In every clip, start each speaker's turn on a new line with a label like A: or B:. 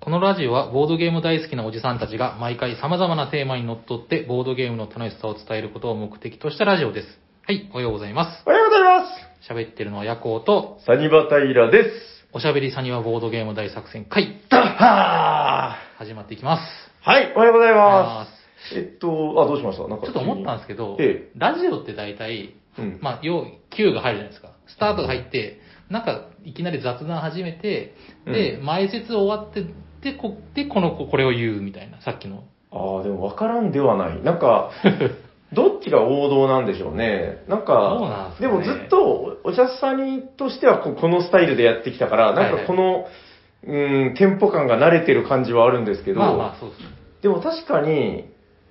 A: このラジオはボードゲーム大好きなおじさんたちが毎回様々なテーマにのっとってボードゲームの楽しさを伝えることを目的としたラジオです。はい、おはようございま。
B: おはようございます
A: 喋ってるのはヤコウと、
B: すサニバタイラです
A: おしゃべりさにはボードゲーム大作戦会、
B: ダッハ
A: 始まっていきます。
B: ーはい、おはようござい
A: あ
B: ますえっと、あ、どうしましたなん
A: ー
B: か
A: ちょっと思ったんですけど
B: え、
A: ラジオって大体、
B: 急にうん。
A: まあ、要、Q が入るじゃないですか。スタートが入って、なんか、いきなり雑談始めて、で、
B: う
A: 前説終わって、で、こ、で、この、ここれを言うみたいな、さっきの。
B: ああ、でもわからんではない。なん か、どっちが王道なんでしょうね。なんか、
A: そうなんです
B: で
A: かね
B: もずっと、おお茶さにとしてはここのスタイルでやってきたから、なん
A: はいはい
B: かこの、うん、テンポ感が慣れてる感じはあるんですけど、
A: まあまあ、そうですね。
B: でも確かに、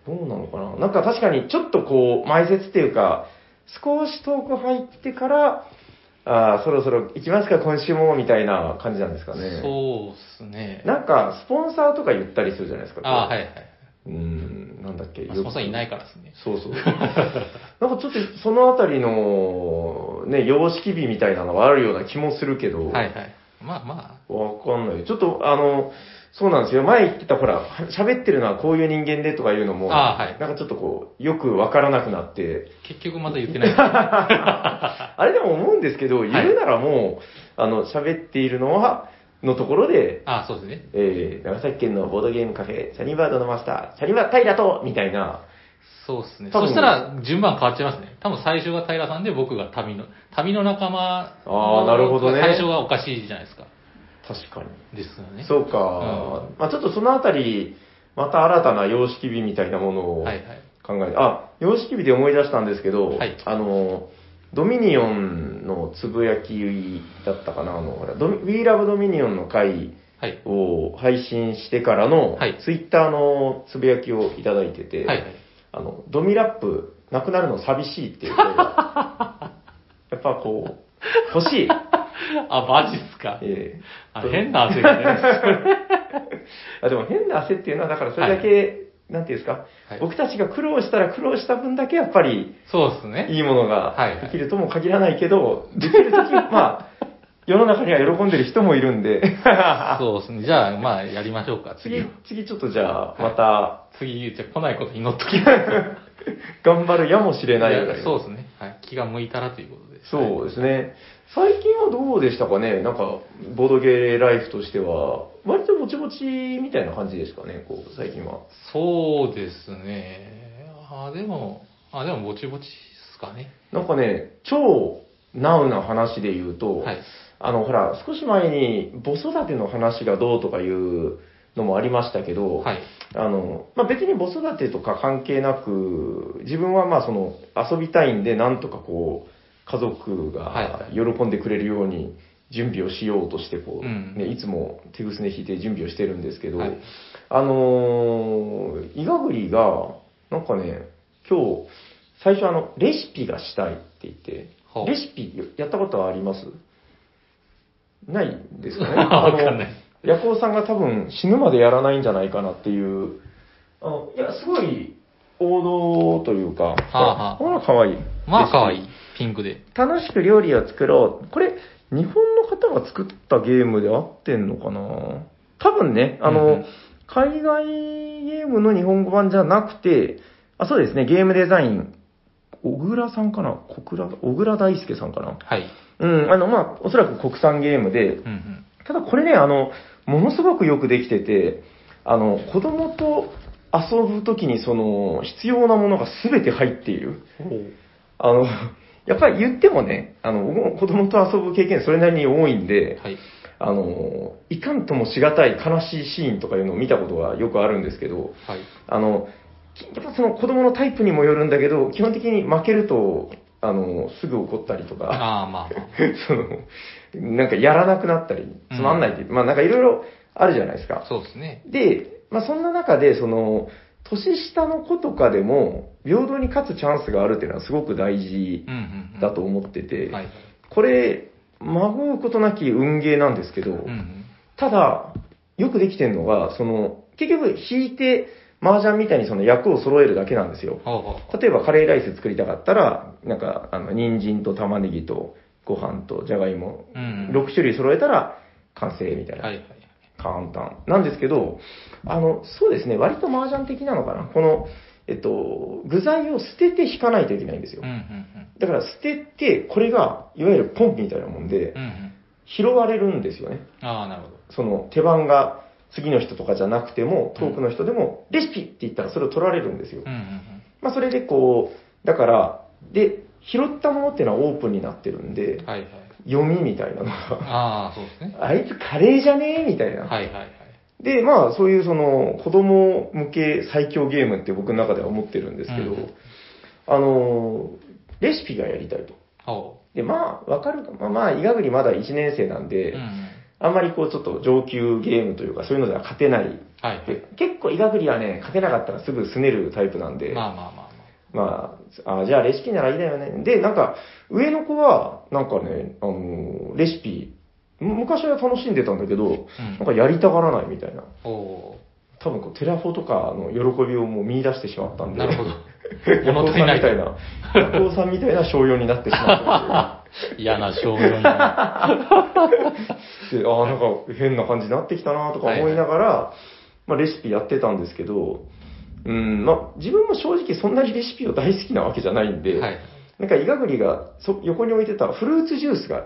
B: どうなのかななんか確かにちょっとこう、前説っていうか、少し遠く入ってから、ああ、そろそろ行きますか、今週も、みたいな感じなんですかね。
A: そうですね。
B: なんか、スポンサーとか言ったりするじゃないですか。
A: ああ、はい
B: い。
A: はい。
B: うーん、なんだっけ。。
A: まあ、そもそもいないいからですね。
B: そう そう。なんかちょっとそのあたりの、ね、様式美みたいなのはあるような気もするけど、
A: はいはい。まあま
B: わかんない。ちょっと、あの、そうなんですよ。前言ってた、ほら、喋ってるのはこういう人間でとかいうのも、
A: ああはい
B: なんかちょっとこう、よくわからなくなって、
A: あ、結局また言って ない。
B: あれでも思うんですけど、
A: い
B: 言うならもう、あの、喋っているのは、のところで、
A: ああ、そうですね。
B: えー、長崎県のボードゲームカフェ、サニーバードのマスター、サニバタイラと、みたいな、
A: そうですね。
B: 多
A: そ
B: 分
A: したら、順番変わっちゃいますね。多分最初が平さんで、僕が民の、民の仲間の
B: ああなるほどね
A: 最初はおかしいじゃないですか。
B: 確かに。
A: ですよね。
B: そうか、まあちょっとそのあたり、また新たな様式美みたいなものを、
A: はいはい。
B: 考えて、あ、様式日で思い出したんですけど、
A: はい
B: あの、ドミニオンのつぶやきだったかな、あの、ほら、ドミ We Love Dominion の回
A: はい。
B: を配信してからの、
A: はい
B: ツイッターのつぶやきをいただいてて、
A: はいはい。
B: あの、ドミラップ、なくなるの寂しいっていう声が、 やっぱこう、欲しい。
A: あ、マジっすか。
B: ええ
A: あ変な汗が出ま した。
B: あでも変な焦っていうのは、だからそれだけ、なんていうんですか、
A: はい
B: 僕たちが苦労したら苦労した分だけやっぱり、
A: そうですね。
B: いいものが
A: はいはい
B: できるとも限らないけど、できる とき、まあ、世の中には喜んでる人もいる んで、
A: そうですね。じゃあ、まあ、やりましょうか。次
B: 次。、次ちょっとじゃあ、
A: い
B: また、
A: 次、じゃあ来ないことに祈っときます。
B: 頑張るやもしれないぐらい。
A: そうですね。はい。気が向いたらということで。はい
B: そうですね。最近はどうでしたかねなんか、ボードゲーライフとしては、割ともちもちみたいな感じですかね、こう、最近は。
A: そうですね。あ、でも、あ、でも、ぼちぼちですかね。
B: なんかね、超ナウな話で言うと、
A: はい。
B: あの、ほら、少し前に、母育ての話がどうとかいうのもありましたけど、
A: はい。
B: あの、まあ、別に子育てとか関係なく、自分はまあその遊びたいんで、なんとかこう、家族が
A: は
B: 喜んでくれるように準備をしようとして、こう、
A: うん
B: ね、いつも手ぐすね引いて準備をしてるんですけど、
A: はい
B: あのー、イガグリが、なんかね、今日、最初あの、レシピがしたいって言って、
A: ほう
B: レシピやったことはありますないで すかね。
A: わかんない。
B: ヤコウさんが多分死ぬまでやらないんじゃないかなっていう、あのいや、すごい王道というか、
A: あはあ
B: ほら、かわいい。
A: まあ、可愛
B: い。
A: いピンクで。
B: 楽しく料理を作ろう。これ、日本の方が作ったゲームで合ってんのかな多分ね、あの、
A: うんうん
B: 海外ゲームの日本語版じゃなくて、あ、そうですね、ゲームデザイン、小倉さんかな小倉、小倉大輔さんかな
A: はい。
B: うん、あの、まあ、おそらく国産ゲームで、
A: うんうん。
B: ただこれね、あの、ものすごくよくできてて、あの、子供と遊ぶときにその、必要なものが全て入っている。あの、やっぱり言ってもね、あの、僕も子供と遊ぶ経験それなりに多いんで、
A: はい。
B: あの、いかんともしがたい悲しいシーンとかいうのを見たことがよくあるんですけど、
A: はい。
B: あの、きやっぱその子供のタイプにもよるんだけど、基本的に負けると、あの、すぐ怒ったりとか、
A: ああ、まあまあ。
B: その、なんかやらなくなったり、つまんないっていう、まあなんかいろいろあるじゃないですか。
A: そうですね。
B: で、まあそんな中で、その、年下の子とかでも、平等に勝つチャンスがあるっていうのはすごく大事
A: うんうん、うん。
B: だと思ってて、
A: はい。
B: これ、まごうことなき運ゲーなんですけど、
A: うんうん。
B: ただ、よくできてるのが、その、結局引いて、麻雀みたいにその役を揃えるだけなんですよ。
A: ほうほうほ
B: 例えばカレーライス作りたかったら、なんか、あの、人参と玉ねぎとご飯とじゃがいも、
A: う。うんうん。
B: 6種類揃えたら完成みたいな。
A: はいはい。
B: 簡単。なんですけど、あの、そうですね、割と麻雀的なのかな。この、えっと、具材を捨てて引かないといけないんですよ
A: うん。うん
B: だから捨てて、これが、いわゆるポンプみたいなもん
A: う
B: で
A: ん。う、んうん。
B: 拾われるんですよね。
A: ああ、なるほど。
B: その手番が次の人とかじゃなくても、遠くの人でも、レシピって言ったらそれを取られるんですよ
A: う。んうん
B: まあそれでこう、だから、で、拾ったものっていうのはオープンになってるんで
A: うん。、はいはい。
B: 読みみたいなのが、
A: ああ、そうですね。
B: あいつカレーじゃねえみたいな。
A: はいはいはい。
B: で、まあ、そういうその、子供向け最強ゲームって僕の中では思ってるんですけど、
A: うん
B: あの、レシピがやりたいと。
A: ほ
B: で、まあ、わかるか、まあ、まあ、医学にまだ1年生なん
A: う。
B: で、
A: うんうん。
B: あんまりこう、ちょっと上級ゲームというか、そういうのでは勝てない。
A: はいはい。
B: で結構医学にはね、勝てなかったらすぐ拗ねるタイプなんで、
A: まあまあまあ
B: まあ、あじゃあレシピならいいだよね。で、なんか、上の子は、なんかね、あの、レシピ、昔は楽しんでたんだけど、
A: まあ。う
B: なん
A: ん。
B: かやりたがらないみたいな。
A: ほ
B: 多分こうテラフォとかの喜びをもう見出してしまったん
A: う。
B: で。
A: な るほど。
B: ヤコ
A: 物
B: ウ
A: 足
B: さ
A: り
B: ん
A: ない
B: みたいな、ヤコウさんみたいな商用になってしまっ
A: 嫌な商業になる。
B: たんでで、ああ、なんか変な感じになってきたなとか思いながら、まあレシピやってたんですけど、うん、まあ自分も正直そんなにレシピを大好きなわけじゃないんで、
A: はい。
B: なんかイガグリがそ横に置いてたフルーツジュースが、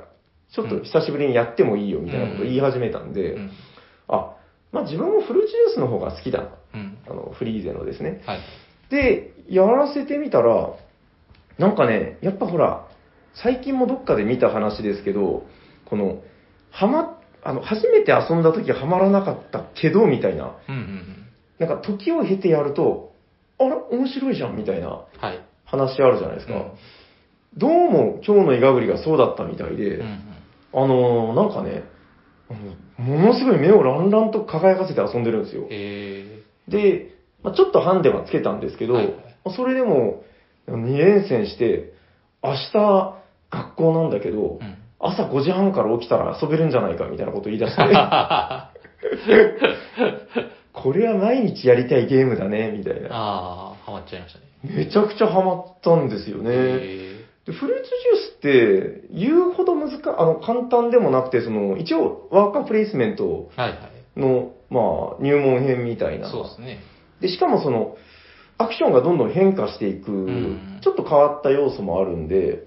B: ちょっと久しぶりにやってもいいよみたいなことを言い始めたんで、
A: うん。
B: あ、まあ自分もフルーツジュースの方が好きだ。
A: うん。
B: あの、フリーゼのですね。
A: はい。
B: で、やらせてみたら、なんかね、やっぱほら、最近もどっかで見た話ですけど、この、はま、あの、初めて遊んだ時はまらなかったけど、みたいな。
A: うんうんうん。
B: なんか時を経てやると、あら、面白いじゃん、みたいな
A: はい。
B: 話あるじゃないですか。
A: うん
B: どうも今日のイガグリがそうだったみたいで、
A: うんうん。
B: あのーなんかね、あのものすごい目をランランと輝かせて遊んでるんですよ。
A: え
B: で、まあ、ちょっとハンデはつけたんですけど、
A: はい
B: まあそれでも2連戦して、明日学校なんだけど、
A: ー。うん。
B: 朝5時半から起きたら遊べるんじゃないかみたいなこと言い出し て、
A: あ
B: これは毎日やりたいゲームだね、みたいな。
A: あー、ハマっちゃいましたね。
B: めちゃくちゃハマったんですよね。
A: え
B: でフルーツジュースって言うほど難か、あの、簡単でもなくて、その、一応ワーカープレイスメント
A: ー。はいはい。
B: の、まあ、入門編みたいな。
A: そうですね。
B: で、しかもその、アクションがどんどん変化していく、
A: ん
B: ちょっと変わった要素もあるんで、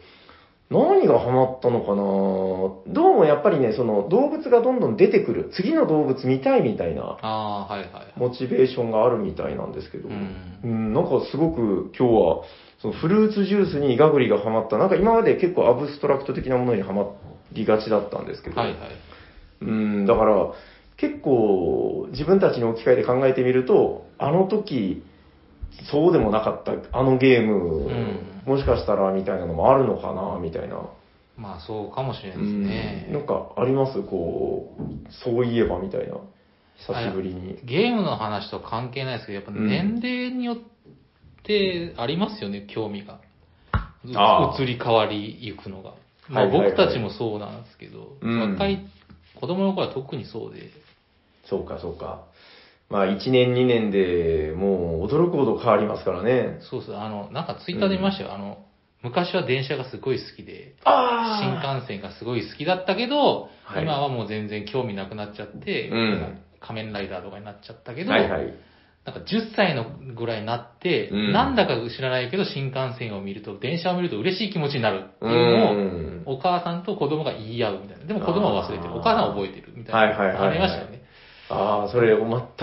B: 何がハマったのかなどうもやっぱりね、その動物がどんどん出てくる、次の動物見たいみたいな
A: ああ、はいはいはい。
B: モチベーションがあるみたいなんですけど、
A: うん
B: うんなんかすごく今日は、そのフルーツジュースにイガグリがハマった、なんか今まで結構アブストラクト的なものにハマりがちだったんですけど、
A: はいはい。
B: うん、だから、結構、自分たちに置き換えて考えてみると、あの時、そうでもなかった、あのゲーム、
A: うん
B: もしかしたら、みたいなのもあるのかな、みたいな。
A: まあそうかもしれないですね
B: うん。なんか、ありますこう、そういえば、みたいな。久しぶりに。
A: ゲームの話と関係ないですけど、やっぱ年齢によってありますよね、興味が。う
B: ああ
A: 移り変わりゆくのが。まあ
B: はいはいはい
A: 僕たちもそうなんですけど、
B: うん
A: 若い、子供の頃は特にそうで。
B: そうか、そうか。まあ、1年、2年でもう、驚くほど変わりますからね。
A: そうそう、あの、なんかツイッターで見ましたよ。あの、昔は電車がすごい好きで、新
B: あ
A: 幹線がすごい好きだったけど、
B: はい
A: 今はもう全然興味なくなっちゃって、
B: うん
A: なんか仮面ライダーとかになっちゃったけど、
B: はいはい。
A: なんか10歳のぐらいになって、
B: うん
A: なんだか知らないけど新幹線を見ると、電車を見ると嬉しい気持ちになるっていうのを、
B: ん
A: お母さんと子供が言い合うみたいな。でも子供は忘れてる。
B: あー
A: お母さんは覚えてるみたいな。
B: はいはいはいはい
A: ありましたよね。
B: ああ、それ、全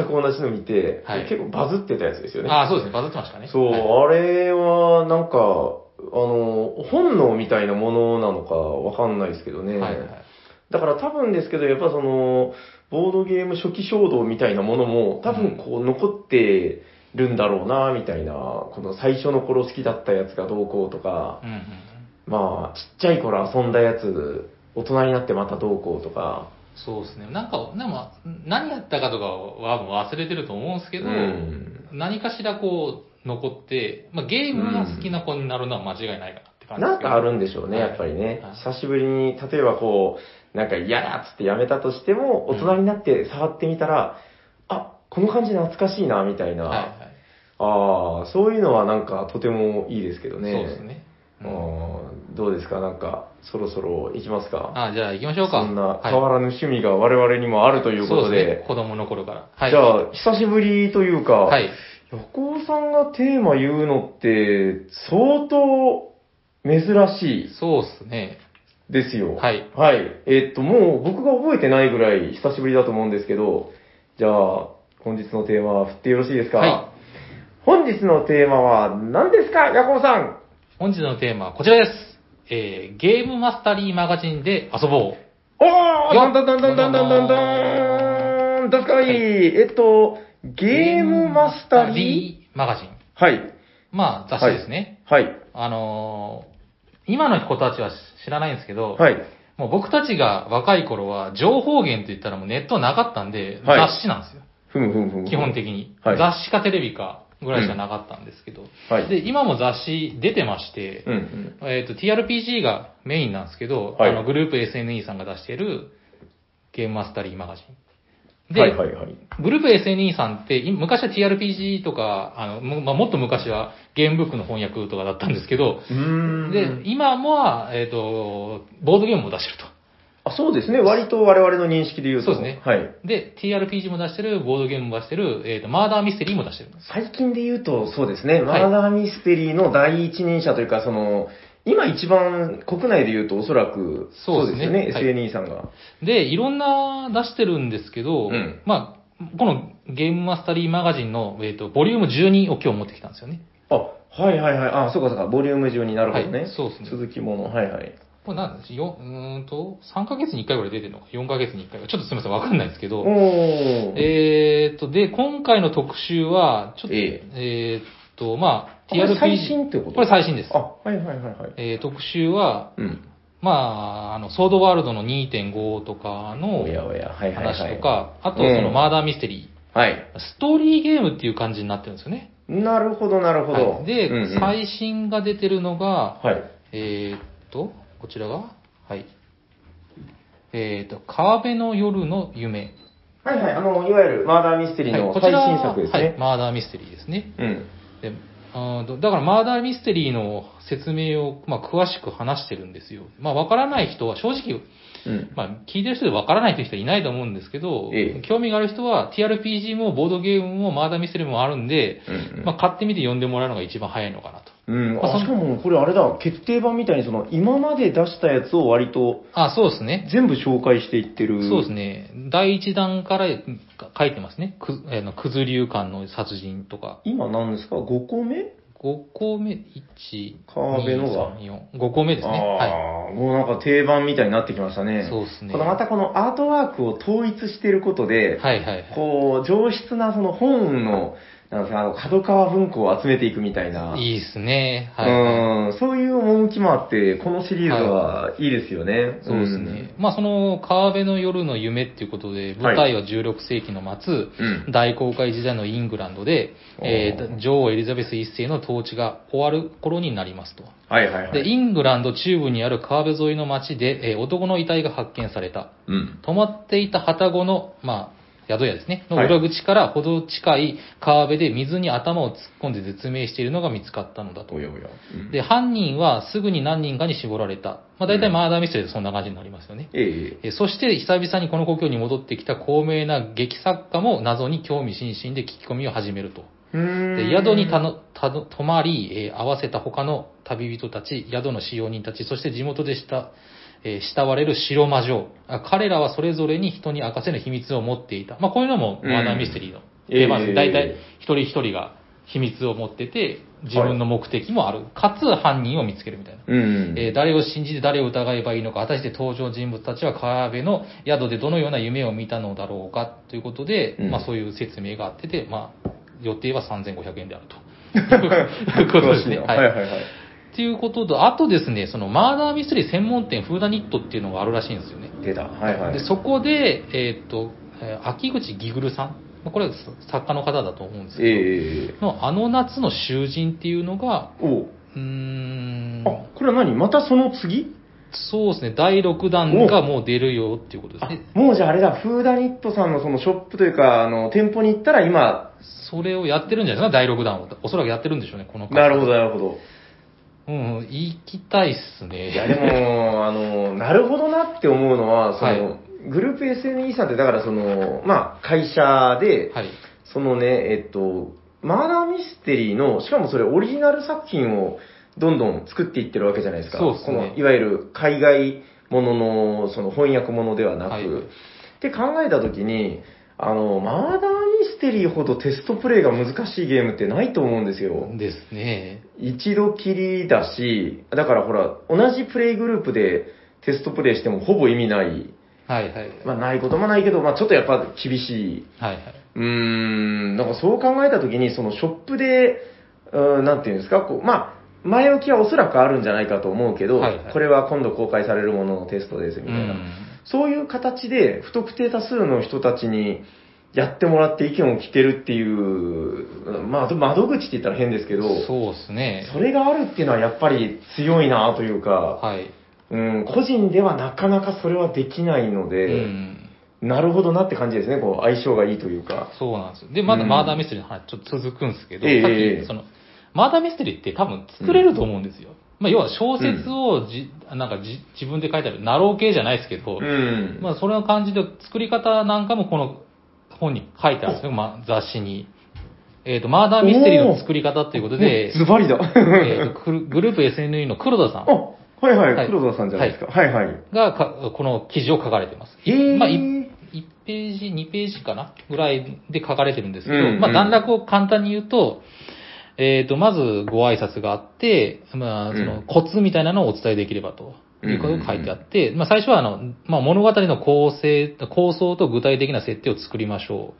B: く同じの見て、
A: はい
B: 結構バズってたやつですよね。
A: ああ、そうですね。バズってましたね。
B: そう、
A: はい
B: あれはなんか、あの、本能みたいなものなのかわかんないですけどね。
A: はいはい。
B: だから多分ですけど、やっぱその、ボードゲーム初期衝動みたいなものも、多分こう残ってるんだろうな、みたいな、この最初の頃好きだったやつがどうこうとか、
A: うんうんうん。
B: まあ、ちっちゃい頃遊んだやつ、大人になってまたどうこうとか、
A: そうですね。なんか、なんか何やったかとかはもう忘れてると思うんですけ
B: う
A: ど、
B: ん。
A: 何かしらこう、残って、まあ、ゲームが好きな子になるのは間違いないかなって感じで
B: な
A: す
B: ん
A: けど。
B: かあるんでしょうね、
A: はい
B: やっぱりね
A: はい。
B: 久しぶりに、例えばこう、なんか嫌だっつってやめたとしても、
A: うん
B: 大人になって触ってみたら、あ、この感じ懐かしいな、みたいな。
A: はいはい。
B: ああ、そういうのはなんかとてもいいですけどね。
A: そうですね。うん
B: あーどうですかなんか、そろそろ行きますか
A: あ、じゃあ行きましょうか。
B: そんな
A: はい
B: 変わらぬ趣味が我々にもあるということ
A: そうです
B: で
A: ね、、子供の頃から。はい。
B: じゃあ、久しぶりというか、
A: はい。
B: 横尾さんがテーマ言うのって、相当珍し
A: そうっすね。
B: いですよ。
A: はい。
B: はい。えっと、もう僕が覚えてないぐらい久しぶりだと思うんですけど、じゃあ、本日のテーマは振ってよろしいですか
A: は
B: 本日のテーマは何ですか、ヤコウさん
A: 本日のテーマはこちらです。えー、ゲームマスタリーマガジンで遊ぼう。
B: おーだ
A: よ
B: んだんだんだんだんだんだんだん確か
A: は
B: に、
A: い
B: えっと、ゲームマスタリー
A: ーマガジン。
B: はい。
A: まあ、雑誌ですね。
B: はい。
A: あのー今の子たちは知らないんですけど、
B: はい。
A: もう僕たちが若い頃は、情報源って言ったらもうネットなかったんで、
B: はい
A: 雑誌なんですよ。
B: ふむふむふむ。
A: 基本的に。
B: はい
A: 雑誌かテレビかぐらいしかなかったんですけど。
B: はい
A: で、今も雑誌出てまして、
B: うんうん。
A: えっ、と、TRPG がメインなんですけど、
B: はい
A: あの、グループ SNE さんが出しているゲームマスタリーマガジン。で、
B: はいはいはい。
A: グループ SNE さんって、い昔は TRPG とか、あの、むまあ、もっと昔はゲームブックの翻訳とかだったんですけど、
B: うーん。
A: で、今もは、えっ、と、ボードゲームも出してると。
B: あ、そうですね。割と我々の認識で言うと。
A: そうですね
B: はい。
A: で、TRPG も出してる、ボードゲームも出してる、えっ、と、マーダーミステリーも出してるんです。
B: 最近で言うと、そうですね。マ
A: はい
B: ーダーミステリーの第一人者というか、その、今一番国内で言うとおそらく、
A: そうですね
B: よね。
A: はい
B: SNE さんが。
A: で、いろんな出してるんですけど、
B: うん
A: まあ、このゲームマスタリーマガジンの、えっ、と、ボリューム12を今日持ってきたんですよね。
B: あ、はいはいはい。あ、そうかそうか。ボリューム順になるほどね。
A: はいそうですね
B: 続きもの。はいはい。
A: これ何ですようーんと、3ヶ月に1回ぐらい出てるのか ?4 ヶ月に1回かちょっとすみません、わかんないですけ
B: お
A: ど。
B: ー。
A: えーっと、で、今回の特集は、ちょっと、
B: え
A: えーっと、まあ、
B: これ最新ってこと
A: これ最新です。
B: あ、はいはいはいはい。
A: えー特集は、
B: うん。
A: まあ、あの、ソードワールドの2.5とかの
B: おやおや、はいはいはい。
A: 話とか、あと、
B: うん
A: その、マーダーミステリ
B: はい。
A: ー、ストーリーゲームっていう感じになってるんですよね。
B: なるほどなるほど。
A: はいで、
B: うんうん
A: 最新が出てるのが、
B: はい。
A: えーっと、こちらが、はい。えーっと、川辺の夜の夢。
B: はいはい。あの、いわゆるマーダーミステリー
A: は
B: の
A: いこ
B: 最
A: ちら
B: 新作です
A: はい、
B: ね。
A: マーダーミステリーですね。
B: うん。
A: であーどだから、マーダーミステリーの説明を、まあ、詳しく話してるんですよ。まあ、わからない人は、正直、
B: うん。
A: まあ、聞いてる人でわからないという人はいないと思うんですけど、
B: ええ
A: 興味がある人は、TRPG もボードゲームもマーダーミステリーもあるんで、
B: うん
A: まあ、買ってみて読んでもらうのが一番早いのかなと。
B: うん、
A: まあ
B: あ
A: そ
B: しかもこれあれだ、決定版みたいにその今まで出したやつを割と
A: あ、そうですね。
B: 全部紹介していってる。
A: そうですね。第一弾からか書いてますね。く、あの、くず流館の殺人とか。
B: 今何ですか ?5 個目
A: 5個目、1、
B: 川辺のが
A: 4、5個目ですね。は
B: ああ、もうなんか定番みたいになってきましたね。
A: そうですね
B: このまたこのアートワークを統一してること
A: い。
B: で、
A: はいはいはい。
B: こう、上質なその本の、なんですか、あの、角川文庫を集めていくみたいな。
A: いいですね。はい。
B: うん、そういう趣もあって、このシリーズはいいですよね。
A: そうですね。まあ、その、川辺の夜の夢っていうことで、舞台は16世紀の末、
B: うん
A: 大航海時代のイングランドで、えー
B: おー
A: 女王エリザベス一世の統治が終わる頃になりますと。
B: うん。はいはいは
A: で、
B: い。
A: イングランド中部にある川辺沿いの町で、えー男の遺体が発見された。
B: うん。
A: 泊まっていた旅籠の、まあ、宿屋ですね、の
B: はい
A: 裏口からほど近い川辺で水に頭を突っ込んで絶命しているのが見つかったのだと
B: お。やおや。うん
A: で、犯人はすぐに何人かに絞られた。まあ、大体マーダーミステリーでそんな感じになりますよね。
B: ええええ。
A: えそして、久々にこの故郷に戻ってきた高名な劇作家も謎に興味津々で聞き込みを始めると。で
B: で
A: 宿にたのたの泊まり、えー合わせた他の旅人たち、宿の使用人たち、そして地元でした、えー慕われる白魔女あ彼らはそれぞれに人に明かせぬ秘密を持っていた。まあ、こういうのも
B: うん
A: マーダーミステリーの。
B: ええ
A: でまあ、大体一人一人が秘密を持ってて、自分の目的もある。かつ犯人を見つけるみたいな。
B: うん。
A: えー誰を信じて誰を疑えばいいのか、果たして登場人物たちは川辺の宿でどのような夢を見たのだろうかということで、
B: うん
A: まあそういう説明があってて、まあ予定は3500円で あると。いうことですね。
B: 詳しいな
A: は。
B: はいいはいはい。
A: っていうことと、あとですね、そのマーダーミステリー専門店フーダニットっていうのがあるらしいんですよね。
B: 出た。はいはい。
A: でそこで、えーっと、えー秋口ギグルさん、まあこれは作家の方だと思うんですけど、
B: ええ
A: のあの夏の囚人っていうのが、
B: おう
A: うーん。
B: あ、これは何またその次
A: そうですね、第6弾がもう出るよっていうことです
B: あ
A: ね。、
B: もうじゃああれだ、フーダニットさんのそのショップというか、あの、店舗に行ったら今、
A: それをやってるんじゃないですか、第6弾を。おそらくやってるんでしょうね、この回
B: なるほどなるほど。
A: ううん、うん、行きたいっすね。
B: いや、で も、あの、なるほどなって思うのは、その、
A: はい
B: グループ SNE さんって、だからその、まあ、会社で、
A: はい。
B: そのね、えっと、マーダーミステリーの、しかもそれオリジナル作品をどんどん作っていってるわけじゃないですか。
A: そうっすね
B: この、いわゆる海外ものの、その翻訳ものではなく、
A: はい
B: って考えたときに、あの、マーダーミステリーほどテストプレイが難しいゲームってないと思うんですよ。
A: ですね。
B: 一度きりだし、だからほら、同じプレイグループでテストプレイしてもほぼ意味ない。
A: はいはい。
B: まあないこともないけど、まあちょっとやっぱ厳しい。
A: はいはい。
B: うーん、なんかそう考えたときに、そのショップで、うーん、なんていうんですか、こう、まあ、前置きはおそらくあるんじゃないかと思うけど、
A: はいはい
B: これは今度公開されるもののテストです、みたいな。そういう形で、不特定多数の人たちにやってもらって意見を聞けるっていう、まあ、窓口って言ったら変ですけ
A: う
B: ど、
A: ん。そうですね。
B: それがあるっていうのはやっぱり強いなというか、
A: はい。
B: うん、個人ではなかなかそれはできないの
A: う
B: で、
A: ん。
B: なるほどなって感じですね、こう、相性がいいというか。
A: そうなんですよ。で、まだ
B: うん
A: マーダーミステリーの話ちょっと続くんですけど、
B: ええ
A: さ
B: え
A: っ
B: え
A: き、その、マーダーミステリーって多分作れると思うんですよ。まあ、要は小説をじ、なんかじ自分で書いてある、ナロー系じゃないですけど、
B: うん。
A: まあ、それの感じで、作り方なんかもこの本に書いてあるんですよ、まあ、雑誌に。えっ、と、マーダーミステリーの作り方ということで
B: お、ズバリだ。
A: えーとくるグループ SNE の黒 田さん
B: あ、はいはい、
A: はい
B: 黒田さんじゃないですか。はいはい。
A: がかこの記事を書かれてます。
B: へー
A: まあ、1ページ、2ページかなぐらいで書かれてるんですけど、
B: うんうん
A: まあ、段落を簡単に言うと、えっ、と、まずご挨拶があって、まあ、そ
B: うん
A: のコツみたいなのをお伝えできればと。
B: うん
A: いうことが書いてあって、まあ最初はあの、まあ物語の構成、構想と具体的な設定を作りましょ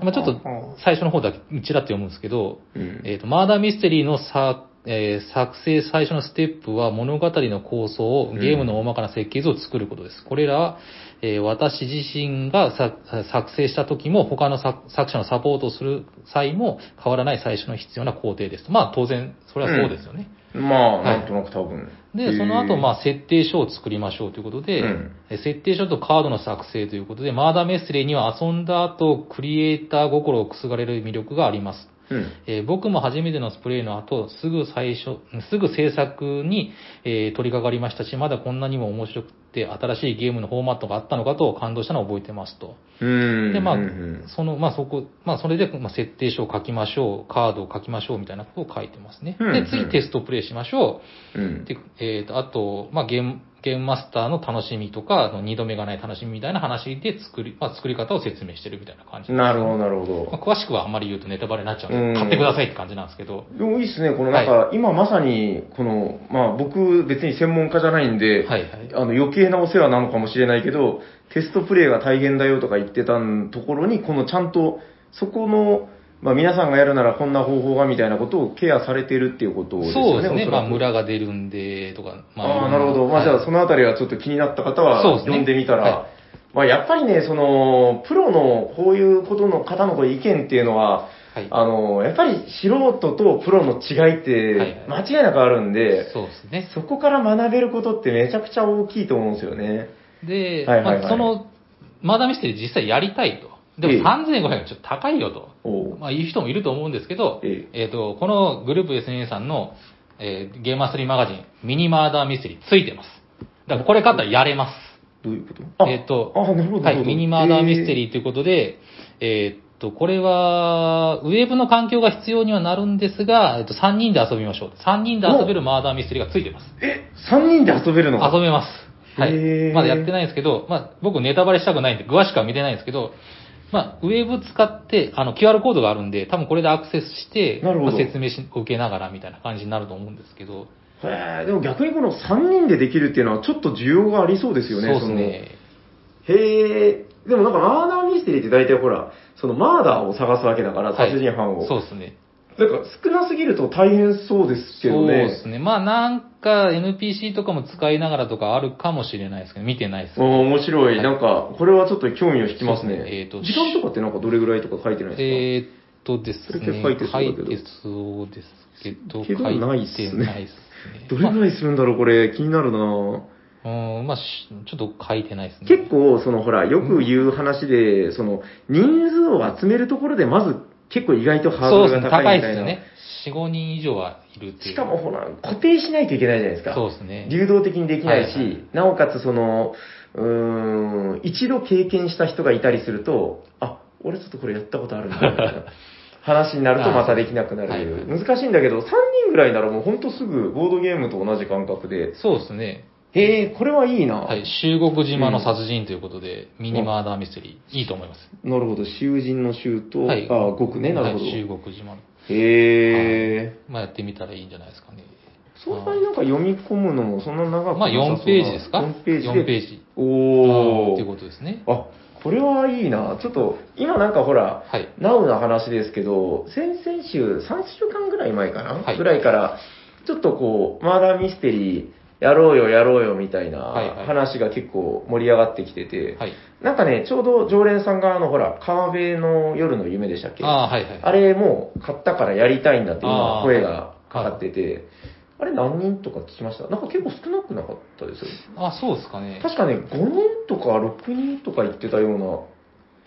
A: う。まあちょっと最初の方だけちらっと読むんですけど、
B: うん
A: えー、とマーダーミステリーのさ、えー作成最初のステップは物語の構想をゲームの大まかな設計図を作ることです。これらは、えー私自身が作作成した時も他の作作者のサポートをする際も変わらない最初の必要な工程ですと。まあ当然、それはそうですよね。
B: まあ、
A: はい
B: なんとなく多分。
A: で、その後、まあ、設定書を作りましょうということで、
B: うん
A: え設定書とカードの作成ということで、マーダーメスレーには遊んだ後、クリエイター心をくすがれる魅力があります。
B: あ、うん。
A: えー僕も初めてのスプレーの後、すぐ最初、すぐ制作に、えー取り掛かりましたし、まだこんなにも面白くて、新しいゲームのフォーマットがあったのかと感動したのを覚えてますと。
B: うん。
A: で、まあ
B: うんうん、
A: その、まあそこ、まあそれで、まあ、設定書を書きましょう、カードを書きましょうみたいなことを書いてますね。
B: うん
A: で
B: う、ん
A: 次テストプレイしましょ
B: う
A: う。
B: ん
A: で、えーと、あと、まあゲーム、ゲームマスターの楽しみとか、あの二度目がない楽しみみたいな話で作り、まあ作り方を説明してるみたいな感じです
B: なるほど、なるほど
A: まあ、。詳しくはあんまり言うとネタバレになっちゃうん
B: うん
A: で、買ってくださいって感じなんですけど。
B: でもいいっすね、このなんか、今まさに、この、まあ僕別に専門家じゃないんで、
A: はいはい。
B: あの余計なお世話なのかもしれないけど、テストプレイが大変だよとか言ってたところに、このちゃんと、そこの、まあ皆さんがやるならこんな方法がみたいなことをケアされてるっていうことですよ
A: そ
B: ね。
A: うですね。
B: おそ
A: ま
B: ら
A: あ、
B: く
A: 村が出るんで、とか。ま
B: ああ、なるほど。まあ、じゃあ、そのあたりはちょっと気になった方は、
A: そうですね
B: 読んでみたら、
A: は
B: まあ、やっぱりね、その、プロのこういうことの方のこう意見っていうのは、
A: はい。
B: あの、やっぱり素人とプロの違いっ
A: はい
B: て、間違いなくあるんで、
A: そうですね。
B: そこから学べることってめちゃくちゃ大きいと思うんですよね。
A: で、
B: はいはいはい
A: まあ、その、マダミステリー実際やりたいと。でも
B: ええ
A: 3500円はちょっと高いよと。
B: おう
A: まあ、いう人もいると思うんですけど、
B: え
A: えっ、と、このグループ SNA さんの、えーゲーマー3マガジン、ミニマーダーミステリーついてます。だからこれ買ったらやれます。
B: どういうことあ
A: えっ、と
B: あ、なるほど。
A: はい、ミニマーダーミステ
B: ー。
A: リーということで、えーっと、これは、ウェブの環境が必要にはなるんですが、えっと、3人で遊びましょう。3人で遊べるマーダーミステリーがついてます。
B: え、3人で遊べるの
A: 遊べます。は
B: へー
A: い。まだやってないんですけど、まあ、僕ネタバレしたくないんで、詳しくは見てないんですけど、まあ、ウェブ使って、あの、QR コードがあるんで、多分これでアクセスして、
B: なるほど
A: まあ説明しを受けながらみたいな感じになると思うんですけど、
B: へーでも逆にこの3人でできるっていうのはちょっと需要がありそうですよね。
A: そうですね。
B: へえ、でもなんかマーダーミステリーって大体ほら、そのマーダーを探すわけだから、
A: はい
B: 殺人犯を。
A: そうですね。
B: なんか少なすぎると大変そうですけど
A: そうで
B: ね。
A: すね。まあなんか NPC とかも使いながらとかあるかもしれないですけど、見てないですけ
B: お
A: ど。
B: ー面白い,、
A: はい
B: なんか、これはちょっと興味を引きますね。
A: そうですねえーと
B: 時間とかってなんかどれぐらいとか書いてないですか、
A: えーっとです
B: それって
A: ね。
B: 書いてそうだけど
A: 書いてそうですけど、
B: けど
A: 書いて
B: な
A: ないい
B: っ
A: っ
B: す
A: す
B: ね
A: ね。
B: どれぐらいするんだろうこれ、気になるなぁ
A: うん、まあ、しちょっと書いてないですね。
B: 結構、そのほら、よく言う話で、その、人数を集めるところでまず結構意外とハー
A: そうで
B: ド
A: す
B: ル
A: ね、
B: が高
A: 高い
B: い
A: で
B: みた
A: す
B: いな。
A: よね。4、5人以上はいるっていう。
B: しかもほら、固定しないといけないじゃないですか。
A: そうですね。
B: 流動的にできないし、
A: はいはい
B: なおかつその、うーん、一度経験した人がいたりすると、あ、俺ちょっとこれやったことあるんだ、みたいな 話になるとまたできなくなる。
A: はいはい
B: 難しいんだけど、3人ぐらいならもうほんとすぐボードゲームと同じ感覚で、
A: そうですね。
B: へえ、これはいいな。
A: はい、中国島の殺人ということで、ミニマーダーミステリー、いいと思います。
B: なるほど、囚人の囚と、
A: はい
B: あ、ごくね、なるほど。
A: はい、中国島の。
B: へえ。
A: まあ、やってみたらいいんじゃないですかね。
B: そんなになんか読み込むのもそんな長く
A: まあ、4ページですか
B: 4ページで。
A: 4ページ。
B: お
A: という
B: ー。
A: ことですね。
B: あ、これはいいな。ちょっと、今なんかほら、
A: はい。
B: ナウな話ですけど、先々週、3週間ぐらい前かな、
A: はい
B: ぐらいから、ちょっとこう、マーダーミステリー、やろうよ、やろうよ、みたいな
A: はいはい
B: 話が結構盛り上がってきてて、
A: はい。
B: なんかね、ちょうど常連さんが、あの、ほら、川辺の夜の夢でしたっけ
A: ああ、はいはい。
B: あれもう買ったからやりたいんだって今
A: あー
B: 声がかかってて、あれ何人とか聞きましたなんか結構少なくなかったですよ。
A: あ、そうですかね。
B: 確かね、5人とか6人とか言ってたよう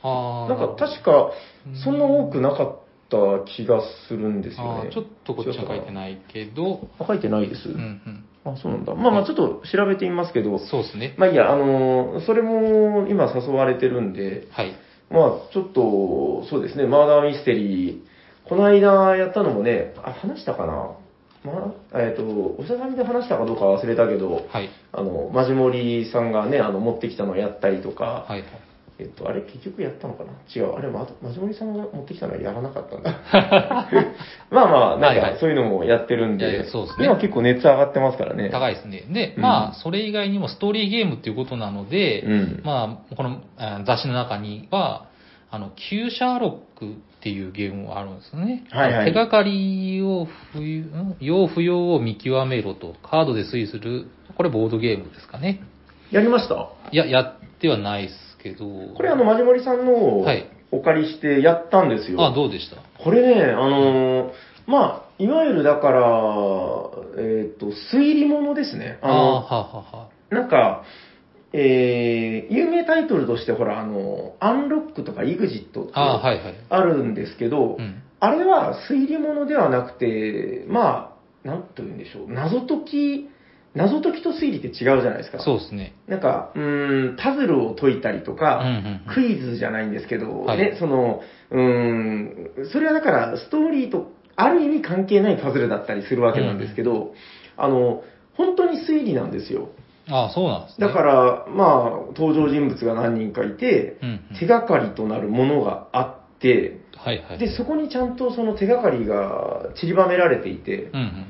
A: ああ。
B: な、なんか確か
A: うん
B: そんな多くなかった気がするんですよ
A: あ
B: ね
A: ー。ちょっとこっちは書いてないけど、
B: あ書いてないです。
A: うん
B: あ、そうなんだ。まあまあちょっと調べてみますけ
A: う
B: ど
A: ん。、そうですね。
B: まあいいや、あのーそれも今誘われてるんで、
A: はい。
B: まあちょっと、そうですね、マーダーミステリー、この間やったのもね、あ、話したかなまあ、えっ、と、おしゃさんで話したかどうか忘れたけど、
A: はい。
B: あの、マジモリさんがね、あの、持ってきたのをやったりとか、
A: はい。
B: えっと、あれ結局やったのかな違う、あれ、ま、マジモリさんが持ってきたのはやらなかったんだ。 まあまあ、な
A: はい
B: ん
A: は
B: か
A: い
B: そういうのもやってるんで、
A: いやいやそうですね
B: 今結構熱上がってますからね。
A: 高いですね。で、
B: うん
A: まあ、それ以外にもストーリーゲームっていうことなので、
B: うん。
A: まあ、このあ雑誌の中には、あの、旧シャーロックっていうゲームがあるんですよね。
B: はいはい
A: 手がかりを不要、ん要不要を見極めろと、カードで推移する、これボードゲームですかね。
B: やりました
A: いや、やってはないですけど。
B: これあの、マジモリさんのを
A: はい
B: お借りしてやったんですよ。
A: あ、どうでした
B: これね、あのーまあ、いわゆるだから、えっ、と、推理物ですね。あ
A: ああ、
B: の、
A: はあはあはあ。
B: なんか、えー、有名タイトルとして、ほら、あの、アンロックとかイグジットって
A: ああ、
B: あ
A: はいはい。
B: るんですけど、
A: うん。
B: あれは推理物ではなくて、まあ、なんと言うんでしょう、謎解き、謎解きと推理って違うじゃないですか。
A: そうですね。
B: なんか、うーん、パズルを解いたりと
A: う
B: か、
A: んうんうん。
B: クイズじゃないんですけど、
A: はい
B: ね、その、うーん、それはだから、ストーリーとある意味関係ないパズルだったりするわけなんですけど、あの、本当に推理なんですよ。
A: ああ、そうなんですね。
B: だから、まあ、登場人物が何人かいて、
A: うん、うん。
B: 手がかりとなるものがあって、
A: はいはい。
B: で、そこにちゃんとその手がかりが散りばめられていて、
A: うん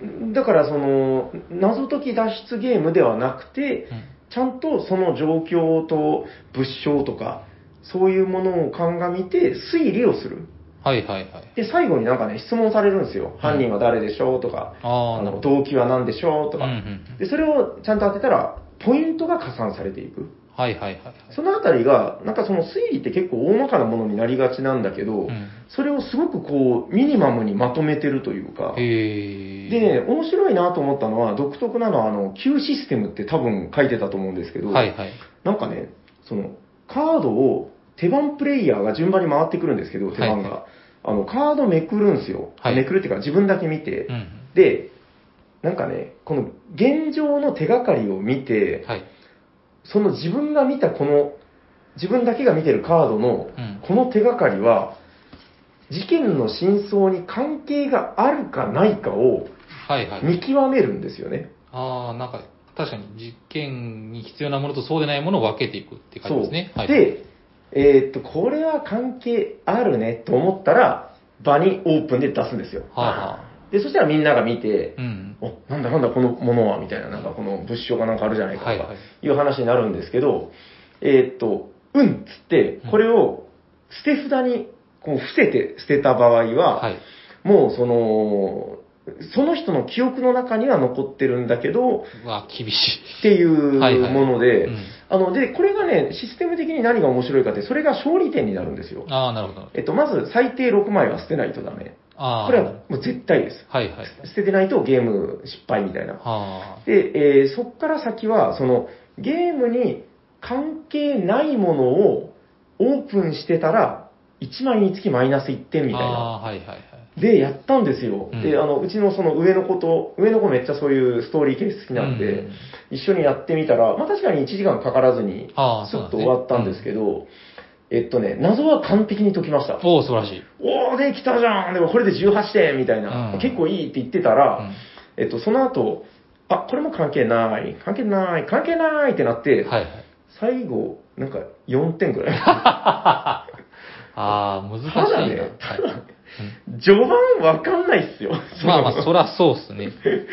A: うん。
B: だからその、謎解き脱出ゲームではなくて、
A: うん
B: ちゃんとその状況と物証とか、そういうものを鑑みて推理をする。
A: はいはいはい。
B: で、最後になんかね、質問されるんですよ。犯人は誰でしょうとか、
A: ああ、
B: あ
A: なる
B: の
A: ほど。
B: 動機は何でしょうと
A: うんう
B: か。
A: ん。
B: で、それをちゃんと当てたら、ポイントが加算されていく。
A: はいはいはいはい。
B: そのあたりが、なんかその推理って結構大まかなものになりがちなんだけど
A: う、ん
B: それをすごくこう、ミニマムにまとめてるというか。
A: へえ。
B: で、面白いなと思ったのは、独特なのは、あの、Q システムって多分書いてたと思うんですけど、
A: はいはい。
B: なんかね、その、カードを手番プレイヤーが順番に回ってくるんですけど、
A: い
B: 手番が。あの、カードめくるんですよ。
A: はい
B: めくるっていうか自分だけ見て。
A: うんうん。
B: で、なんかね、この現状の手がかりを見て、
A: はい。
B: その自分が見たこの、自分だけが見てるカードの、
A: うん。
B: この手がかりは、事件の真相に関係があるかないかを
A: はいはい。
B: 見極めるんですよね。
A: ああ、なんか、確かに実験に必要なものとそうでないものを分けていくって感じですね。はい。、
B: で、えーっと、これは関係あるねと思ったら、場にオープンで出すんですよ。
A: はいは
B: で、そしたらみんなが見て、
A: うん。
B: お、なんだなんだこのものは、みたいな、なんかこの物証がなんかあるじゃないか
A: はい
B: と
A: は
B: か
A: い。
B: いう話になるんですけど、えーっと、うんっつって
A: うん、
B: これを捨て札にこう伏せて捨てた場合は、
A: はい。
B: もうその、その人の記憶の中には残ってるんだけど、
A: わ、厳し
B: っていう
A: はいはい
B: もの
A: い。
B: で
A: う、ん、
B: あの、で、これがね、システム的に何が面白いかって、それが勝利点になるんですよ。
A: ああ、なるほど。
B: えっと、まず最低6枚は捨てないとダメ。
A: ああ。
B: これはもう絶対です。
A: はいはい。
B: 捨ててないとゲーム失敗みたいな。
A: は
B: で、えーそっから先は、その、ゲームに関係ないものをオープンしてたら、 1枚につきマイナス1点みたいな。
A: ああー、はいはいはい。
B: で、やったんですよ。
A: うん
B: で、あの、うちのその上の子と、上の子めっちゃそういうストーリー系好きなんで、
A: うん
B: 一緒にやってみたら、まあ確かに1時間かからずに、
A: ああ、
B: ス
A: そうな
B: ッ
A: ん
B: と
A: ね
B: 終わったんですけど、えっとね、謎は完璧に解きました。
A: おお、素晴らしい。
B: おー、できたじゃんでもこれで18点みたいな、
A: うん
B: 結構いいって言ってた
A: う
B: ら、
A: ん
B: えっと、その後、あ、これも関係ない、関係ない、関係ないってなって、
A: はいはい。
B: 最後、なんか4点ぐらい。
A: ああ、難しいな。
B: ただ
A: は
B: ね
A: い、
B: ただね、序盤わかんないっすよ。
A: まあまあ、そらそうっすね。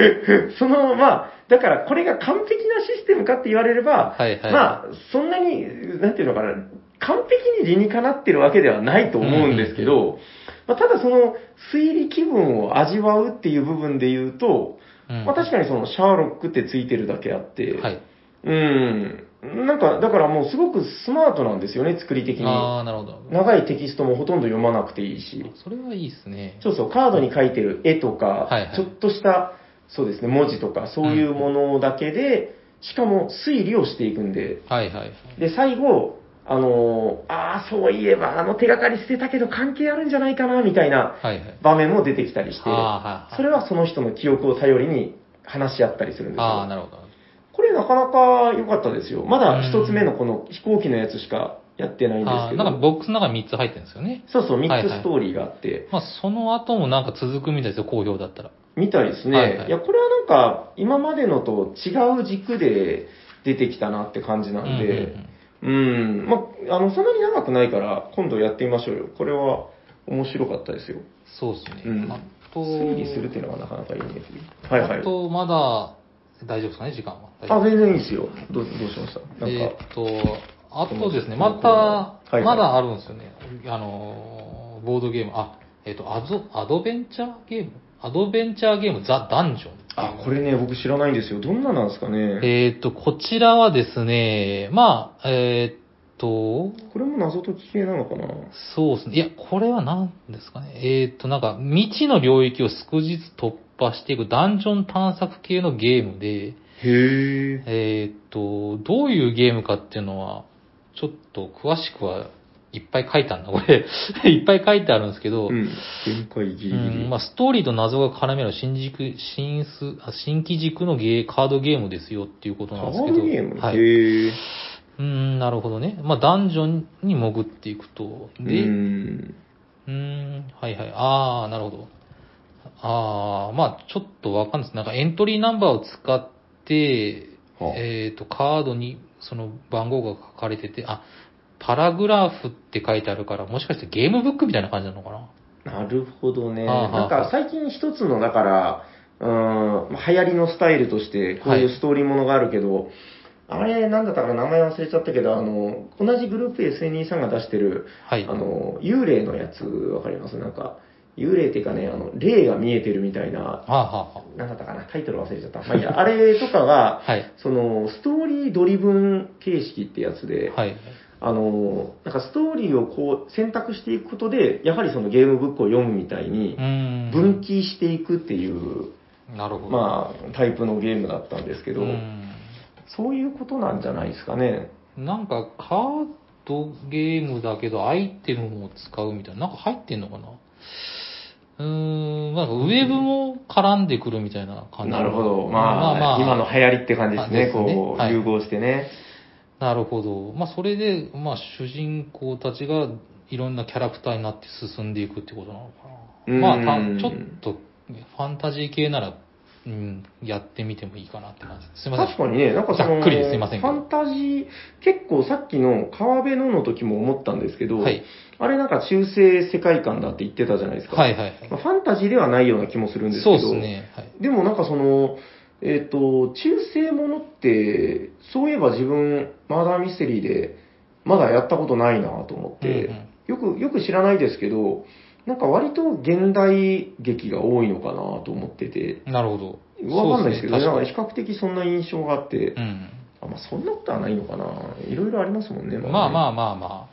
B: その、まあ、だからこれが完璧なシステムかって言われれば、
A: はいはい。
B: まあ、そんなに、なんていうのかな、完璧に理にかなってるわけではないと思うんですけど、まあ、ただその推理気分を味わうっていう部分で言うと、
A: うん
B: まあ、確かにそのシャーロックってついてるだけあって、
A: はい。
B: うん、なんかだからもうすごくスマートなんですよね、作り的に。
A: ああ、なるほど。
B: 長いテキストもほとんど読まなくていいし。
A: それはいいっすね。
B: そうそう、カードに書いてる絵とか、
A: はいはい
B: ちょっとした、そうですね、文字とか、そういうものだけで、しかも推理をしていくんで、
A: はいはい。
B: で、最後、あのーああ、そういえば、あの手がかり捨てたけど関係あるんじゃないかな、みたいな
A: はいはい。
B: 場面も出てきたりして、
A: ああ、はいはい。
B: それはその人の記憶を頼りに話し合ったりするんです
A: ああ、
B: よ。
A: なるほど。
B: これなかなか良かったですよ。まだ
A: うん
B: 一つ目のこの飛行機のやつしかやってないんです
A: ああ、
B: け
A: なんか
B: ど、
A: ボックスの中に3つ入ってるんですよね。
B: そうそう、
A: はい
B: 3つ
A: はい
B: ストーリーがあって、
A: まあ、その後もなんか続くみたいですよ、好評だったら。
B: みたいですね。
A: はい
B: い
A: はい
B: や、これはなんか、今までのと違う軸で出てきたなって感じなんで、うんまあ、あの、そんなに長くないから、今度やってみましょうよ。これは面白かったですよ。
A: そうですね。
B: うん
A: あと、
B: 推理するっていうのがなかなかいいんですよ。はいはい
A: あ。と、まだ、大丈夫ですかね、時間は。大丈夫
B: あ、全然いいですよ。どうどうしましたなん
A: え
B: か、
A: ーっと、あとですね、
B: この
A: また、
B: はいはい
A: まだあるんですよね。あのー、ボードゲーム、あ、えーっと、アド、アドベンチャーゲームアドベンチャーゲームザ・ダンジョン。
B: あ、これね、僕知らないんですよ。どんななんですかね。
A: えーっと、こちらはですね、まあ、えーっと、
B: これも謎解き系なのかな
A: そうですね。いや、これは何ですかね。えーっと、なんか、未知の領域を少しずつ突破していくダンジョン探索系のゲームで、
B: へえ。
A: えーっと、どういうゲームかっていうのは、ちょっと詳しくはいっぱい書いてあるな、これ。 いっぱい書いてあるんですけど、
B: うん。限界ギリギリ。
A: うんまあ、ストーリーと謎が絡める新軸、新す、あ新規軸のゲー、カードゲームですよっていうこと
B: カ
A: なんですけ
B: ー
A: ど。
B: ドゲーム、
A: はい。う
B: へえ。
A: ーん、なるほどね。まあ、ダンジョンに潜っていくと。
B: う
A: で、うん、
B: ん。
A: ーん、はいはい。あー、なるほど。あー、まあ、ちょっとわかんないです。なんかエントリーナンバーを使って、
B: はあ
A: えー、と、カードにその番号が書かれてて、あ、パラグラフって書いてあるから、もしかしてゲームブックみたいな感じなのかな
B: なるほどね。
A: はあは
B: な
A: あ
B: んか最近一つの、だから、うーん、流行りのスタイルとして、こういうストーリーものがあるけど、あれ、なんだったかな、名前忘れちゃったけど、あの、同じグループ SNE さんが出してる、
A: は
B: あ
A: い。
B: の、幽霊のやつ、わかりますなんか、幽霊っていうかね、あの、霊が見えてるみたいな、
A: はあ、はあは
B: なんだったかな、タイトル忘れちゃった。まあ、い いや、あれとか
A: あ、
B: が、
A: はい。
B: その、ストーリードリブン形式ってやつで、
A: はい。
B: あの、なんかストーリーをこう選択していくことで、やはりそのゲームブックを読むみたいに
A: う、ん。
B: 分岐していくっていう、
A: なるほど。あ、
B: まあ、タイプのゲームだったんですけど、
A: うん。
B: そういうことなんじゃないですかね。
A: なんか、カードゲームだけど、アイテムも使うみたいな、なんか入ってんのかなうーん、なんかウェブも絡んでくるみたいな感じ。
B: なるほど。まあ、今の流行りって感じですね。
A: ですね
B: こう、
A: はい
B: 融合してね。
A: なるほど。まあ、それで、まあ、主人公たちがいろんなキャラクターになって進んでいくってことなのかな。
B: うん
A: まあ、たちょっと、ファンタジー系なら、うん、やってみてもいいかなって感じです。すいません。
B: 確かにね、なんかその、
A: ざっくりですいません
B: フ
A: けど
B: ァンタジー、結構さっきの川辺のの時も思ったんですけど、
A: はい。
B: あれなんか中世世界観だって言ってたじゃないですか。
A: はいはいはい。
B: まあファンタジーではないような気もするんですけ
A: そう
B: ど、
A: ですね。はい。
B: でもなんかその、えっ、と、中世ものって、そういえば自分、マーダーミステリーで、まだやったことないなと思って、
A: うん
B: よく、よく知らないですけど、なんか割と現代劇が多いのかなと思ってて、
A: うんなるほど。
B: わかんないですけど、
A: そう
B: なん
A: で
B: か比較的そんな印象があって、
A: すね確かにうん。
B: あまあそんなことはないのかないろいろありますもんね、
A: まあま
B: あ。
A: あまあまあ。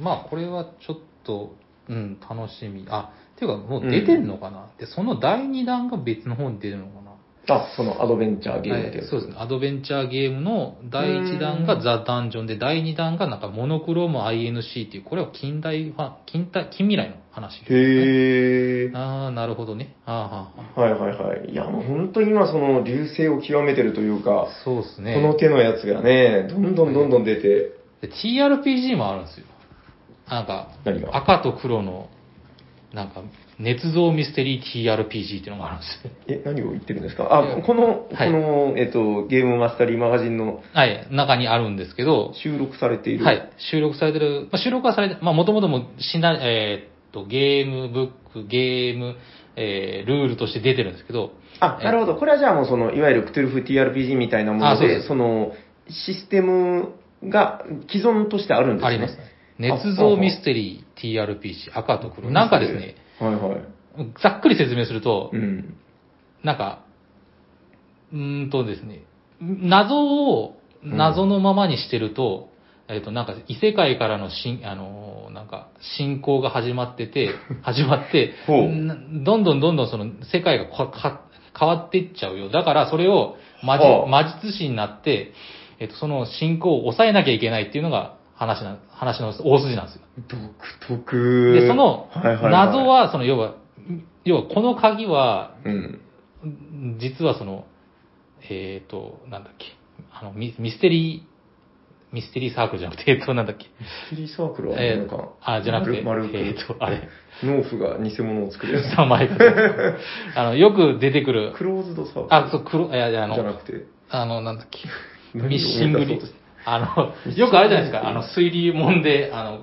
A: まあこれはちょっと、うん、楽しみ。あ、っていうかもう出てんのかな、で、その第2弾が別の方に出るのかな
B: あ、そのアドベンチャーゲームっ
A: はい
B: て
A: いうそうですね。アドベンチャーゲームの第1弾が
B: うん
A: ザ・ダンジョンで、第2弾がなんかモノクローム INC っていう、これは近代は、近代、近未来の話ですね。
B: へー。
A: ああ、なるほどね。あーはーは
B: はいはいはい。いや、もう本当に今その流星を極めてるというか、
A: ーそうですね。
B: この手のやつがね、どんどんどんどん出て、
A: で TRPG もあるんですよ。なんか、
B: 何が
A: 赤と黒の、なんか、捏造ミステリー TRPG っていうのがあるんですよ。
B: え、何を言ってるんですか
A: いや
B: あ、この、
A: はい
B: この、えっと、ゲームマスタリーマガジンの
A: はい、中にあるんですけど、
B: 収録されている。
A: はい、収録されてる、まあ、収録はされて、まあ、もともともしな、えーっと、ゲームブック、ゲーム、えールールとして出てるんですけど、
B: あ、なるほど。これはじゃあもうその、いわゆるクトゥルフ TRPG みたいなも
A: あ
B: の
A: そう
B: で、
A: です
B: その、システムが既存としてあるんですね。
A: あります。捏
B: ああ
A: 造
B: あ
A: ミステリー TRPG、赤と黒。なんかですね、。
B: はいはい。
A: ざっくり説明すると、
B: うん。
A: なんか、うーんとですね、謎を
B: うん
A: 謎のままにしてると、えっ、と、なんか異世界からのしん、あのーなんか、進行が始まって て、始まって、
B: ほうん
A: どんどんどんどんその世界がこか変わっていっちゃうよ。だからそれを魔術
B: ほう
A: 魔術師になって、えっ、と、その進行を抑えなきゃいけないっていうのが話な、話の大筋なんですよ。
B: 独特。
A: で、その、
B: はいはいい
A: 謎、は、その、要は、要はこの鍵は、
B: うん。
A: 実はその、えっ、と、なんだっけ、あのミ、ミステリー、ミステリーサークルじゃなくて、えっ、と、なんだっけ、
B: ミステリーサークルは
A: え
B: なん
A: ー
B: か、
A: あ、じゃなくて、
B: 丸丸く
A: えっ、と、あれ、
B: 農夫が偽物を作るや
A: 名前が、あの、よく出てくる
B: つ。、クローズドサークル。
A: あ、そう、黒、いやいや、あ
B: じゃな
A: の、
B: くて。
A: あの、なんだっけ、
B: 何を
A: ミッシング
B: 思い
A: リ
B: 出そうとして、
A: あの、よくあれじゃないですか、あの、推理もんで、あの、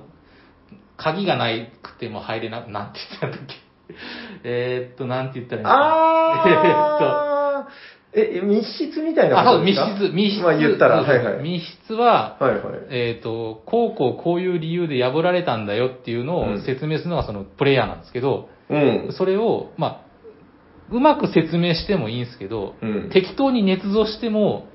A: 鍵がないくても入れな、なんて言ったんだっけ、えっ、と、なんて言ったらいいのかな
B: あーえ、密室みたいな
A: あ、
B: こ
A: そ
B: と
A: う、
B: です
A: 密
B: か
A: 室、密室。
B: まあ言ったら、
A: そうそ
B: はいうはい。はい
A: 密室は、
B: はい。
A: えっ、と、こうこうこういう理由で破られたんだよっていうの
B: う
A: を
B: ん
A: 説明するのがそのプレイヤーなんですけど、
B: うん。
A: それを、まあ、うまく説明してもいいんですけど、
B: うん
A: 適当に捏造しても、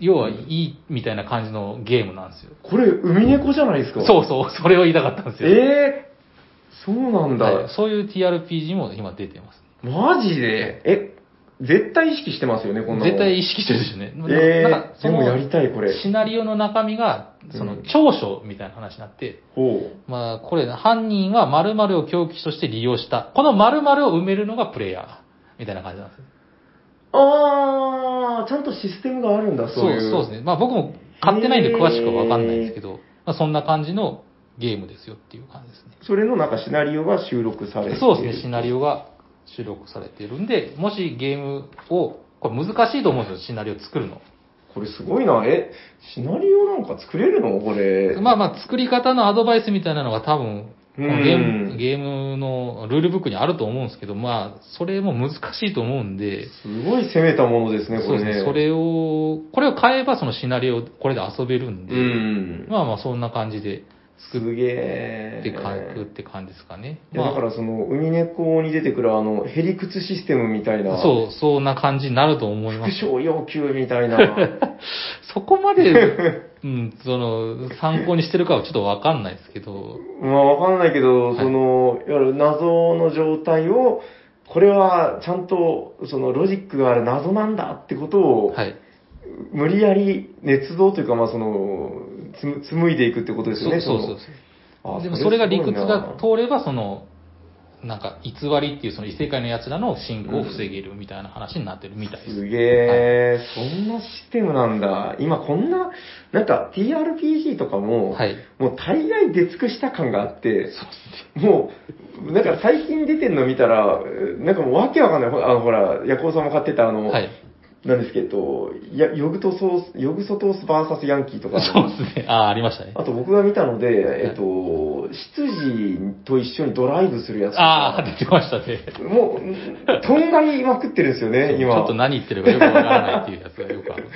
A: 要はいいみたいな感じのゲームなんですよ。
B: これ、海猫じゃないですか
A: そうそう、それを言いたかったんですよ。
B: えー、そうなんだ。
A: はいそういう TRPG も今出てます。
B: マジでえ、絶対意識してますよね、こんなの
A: 絶対意識してるでしょね。な
B: え
A: なんか
B: ー、
A: そ
B: で
A: の
B: もやりたい、これ。
A: シナリオの中身が、その
B: うん
A: 長所みたいな話になって、
B: ほう。
A: まあ、これ、犯人は〇〇を凶器として利用した。この〇〇を埋めるのがプレイヤー。みたいな感じなんですよ
B: あー、ちゃんとシステムがあるんだ、そういう。
A: そうですね。まあ僕も買ってないんで詳しくはわかんないんですけど、まあそんな感じのゲームですよっていう感じですね。
B: それのなんかシナリオが収録されて
A: そうですね、シナリ
B: オ。
A: オが収録されているんで、もしゲームを、これ難しいと思うんですよ、シナリオ作るの。
B: これすごいな。え、シナリオなんか作れるのこれ。
A: まあまあ作り方のアドバイスみたいなのが多分、このゲー
B: う
A: ム
B: ん
A: ゲームのルールブックにあると思うんですけど、まあ、それも難しいと思うんで、
B: すごい攻めたものですね、こ
A: そう
B: れ
A: です
B: ね。
A: ね。それを、これを買えばそのシナリオ、これで遊べるんで、
B: うん。
A: まあまあそんな感じで、
B: すげえ。
A: で、買うって感じですかね。
B: いや
A: ま
B: だ
A: あ
B: からその、海猫に出てくるあの、ヘリクツシステムみたいな。
A: そう、そんな感じになると思いま
B: 副
A: す。
B: 賞要求み たいな。
A: そこまで、うん、その、参考にしてるかはちょっとわかんないですけど、
B: まあわかんないけど、
A: はい
B: その、いわゆる謎の状態を、これはちゃんと、そのロジックがある謎なんだってことを、
A: はい。
B: 無理やり捏造というか、まあその、つ紡いでいくってことですよね。
A: そう
B: の
A: そうそう。
B: あ
A: でもそれが理屈
B: すごい
A: が
B: な
A: 通れば、その、なんか、偽りっていうその異世界の奴らの進行を防げるみたいな話になってるみたいです。
B: すげえ、そんなシステムなんだ。今こんな、なんか TRPG とかも、
A: はい。
B: もう大概出尽くした感があって、もう、なんか最近出てんの見たら、なんかもうわけわかんない。ほらあの、ほら、ヤコウさんも買ってたあの、
A: はい。
B: なんですけど、やヨグトソース、ヨグソトース VS ヤンキーとか、
A: そうですね。ああー、ありましたね。
B: あと僕が見たので、えっと、執事と一緒にドライブするやつと
A: ああ、
B: か、
A: 出てましたね。
B: もう、とんがりまくってるんですよね、
A: ちょ
B: 今
A: っと。何言ってるかよくわからないっていうやつがよくある。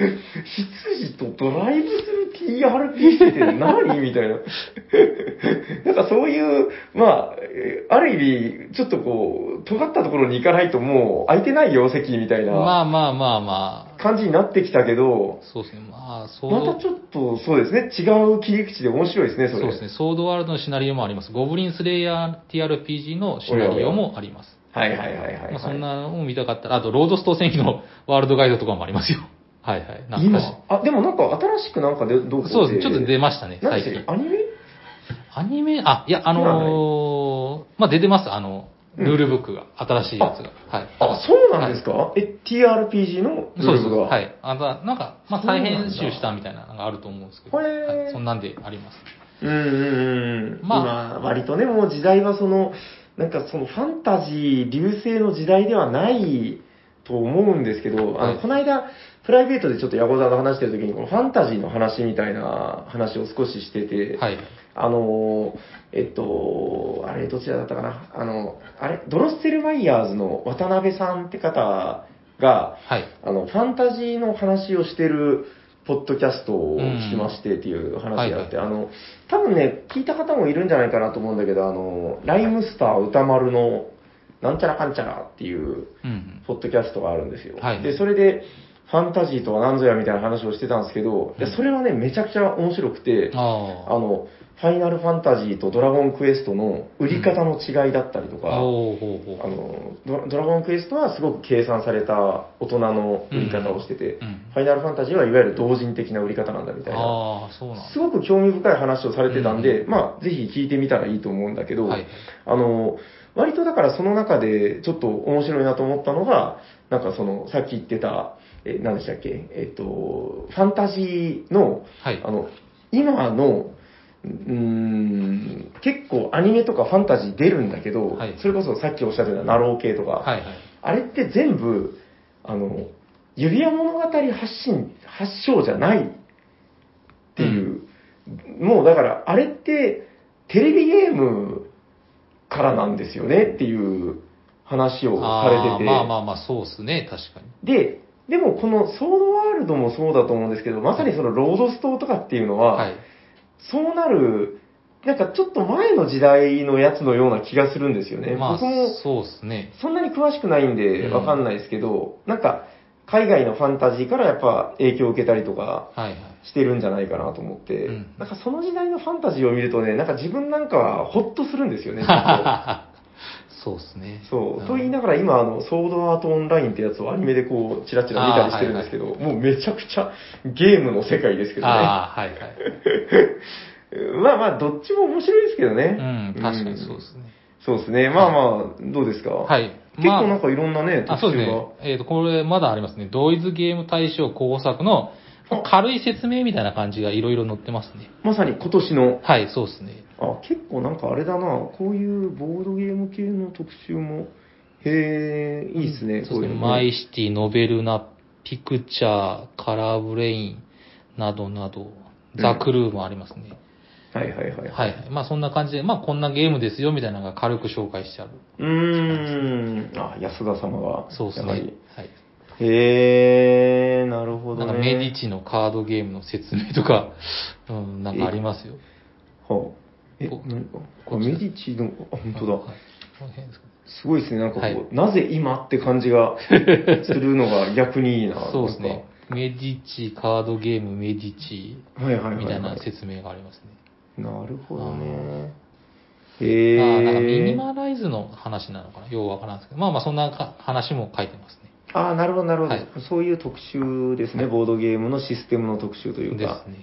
B: 羊とドライブする TRPG って何みたいな。 なんかそういう、まあ、えーある意味、ちょっとこう、尖ったところに行かないともう空いてないよ、席 みたい
A: ま
B: な
A: あまあまあまあ、
B: 感じになってきたけど、
A: そうですね。まあ、ソー
B: ま
A: ド、
B: たちょっとそうですね、違う切り口で面白いですね、そ
A: そう
B: れ。
A: ですね。ソードワールドのシナリオもあります。ゴブリンスレイヤー TRPG のシナリオもあります。
B: はいはいはいはいはい。
A: まあ、そんなのを見たかったら、あと、ロードスト戦記のワールドガイドとかもありますよ。 はいはい。懐かしい
B: 今あ、でもなんか新しくなんかで、どうこ
A: そうです。ちょっと出
B: ま
A: ましたね、
B: 何
A: 最
B: でし
A: 近
B: た。アニメ
A: アニメ、あ、いや、あのーまあ、出てます。あの、ルールブックが、新しいやつが。はい。
B: あ、そうなんですか、え、TRPG のル
A: そうで
B: ー
A: す。
B: ルが。
A: はい。あのなんか、まあ、
B: そうな
A: 再
B: んだ
A: 編集したみたいなのがあると思うんですけど、
B: へー
A: はい、そんなんであります。
B: うんうんうん。
A: まあ
B: まあ、割とね、もう時代はその、なんかそのファンタジー、流星の時代ではないと思うんですけど、あ
A: はい
B: の、この間、プライベートでちょっとヤゴザの話してる時に、このファンタジーの話みたいな話を少ししてて、
A: はい。
B: あのー、えっと、あれ、どちらだったかな、あの、あれ、ドロッセルマイヤーズの渡辺さんって方が、
A: はい。
B: あの、ファンタジーの話をしてる、ポッドキャストを聞きましてっていう話があって、あの、多分ね、聞いた方もいるんじゃないかなと思うんだけど、あの、ライムスター歌丸の、なんちゃらかんちゃらっていう、
A: うんうん。
B: ポッドキャストがあるんですよ。
A: はい
B: で、それで、ファンタジーとは何ぞやみたいな話をしてたんですけど、いやそれはね、めちゃくちゃ面白くて、あ
A: あ
B: の、ファイナルファンタジーとドラゴンクエストの売り方の違いだったりと
A: あ。あ
B: か、
A: おーほう
B: あ
A: ほう。
B: のド、ドラゴンクエストはすごく計算された大人の売り方をしてて、
A: うん。
B: ファイナルファンタジーはいわゆる同人的な売り方なんだみたいな。
A: ああ、そうなん
B: すごく興味深い話をされてたん
A: う
B: で、まあ、ぜひ聞いてみたらいいと思うんだけ
A: だ。
B: ど、
A: はい。
B: あの、割とだからその中でちょっと面白いなと思ったのが、なんかその、さっき言ってた、え、何でしたっけ、えっと、ファンタジーの、
A: はい
B: あ。の、今の、うーん、結構アニメとかファンタジー出るんだけど、
A: はい
B: それこそさっきおっしゃってたナロー系とか、
A: はいはい。
B: あれって全部、あの、指輪物語発信、発祥じゃないっていう、もうだから、あれって、テレビゲームからなんですよねっていう話をされ
A: あ
B: て
A: ー
B: て、
A: まあまあまあ、そうっすね、確かに。
B: で、でもこのソードワールドもそうだと思うんですけど、まさにそのロードストとかっていうのは、
A: はい。
B: そうなる、なんかちょっと前の時代のやつのような気がするんですよね。
A: まあ
B: 僕も、
A: そうっすね。
B: そんなに詳しくないんで、
A: うん
B: わかんないですけど、なんか、海外のファンタジーからやっぱ影響を受けたりとか
A: はいはい。
B: してるんじゃないかなと思って、
A: うん
B: なんかその時代のファンタジーを見るとね、なんか自分なんかはほっとするんです よね、ずっと
A: そうっすね。
B: そう。と
A: ん
B: 言いながら今、あの、ソードアートオンラインってやつをアニメでこう、チラチラ見たりしてるんですけど、もうめちゃくちゃゲームの世界ですけどね。
A: ああ、はいはい。
B: まあまあ、どっちも面白いですけど
A: う
B: ね。
A: ん、確かにそうっすね。
B: そうですね。まあまあ、どうですか
A: はい。
B: 結構
A: ま
B: なんかいろんなね、
A: あ、
B: 特
A: そう
B: 集
A: です
B: が
A: ね。。えっ、と、これまだありますね。同一ゲーム対象工作のまあ軽い説明みたいな感じがいろいろ載ってますね。
B: まさに今年の
A: はい、そうですね。
B: あ、結構なんかあれだな、こういうボードゲーム系の特集も、へえ、いいっすね、
A: そう
B: こう
A: で
B: い
A: す
B: う
A: ね。
B: の
A: マイシティ、ノベルナ、ピクチャー、カラーブレインなどなど、ザ・クルーもありますね。
B: はいはいはい。
A: はい。まあそんな感じで、まあこんなゲームですよみたいなのが軽く紹介してある。
B: うーん、あ、安田様が、
A: そうです
B: や
A: ね。
B: は
A: は
B: り
A: い。
B: へえ、なるほ
A: な
B: ど
A: んか
B: ね。
A: メディチのカードゲームの説明とか、 うん、なんかありますよ。
B: はあえ、
A: こ
B: なんか、これメディチの、あ、本当だ。
A: はいこの辺ですかね
B: すごいですね、なんかこう、
A: はい
B: なぜ今って感じがするのが逆にいいな。
A: そうです
B: なん
A: ね
B: か。。
A: メディチ、カードゲーム、メディチ、
B: はいはいはい、
A: みたいな
B: はい。
A: 説明がありますね。
B: なるほどね。
A: あ
B: へ
A: ー
B: え。
A: なんかミニマライズの話なのかなようわからんですけど。まあまあそんなか話も書いてますね。
B: ああ、なるほど、なるほど、
A: はい
B: そういう特集ですね、ボードゲームのシステムの特集という
A: で
B: か
A: す。ね。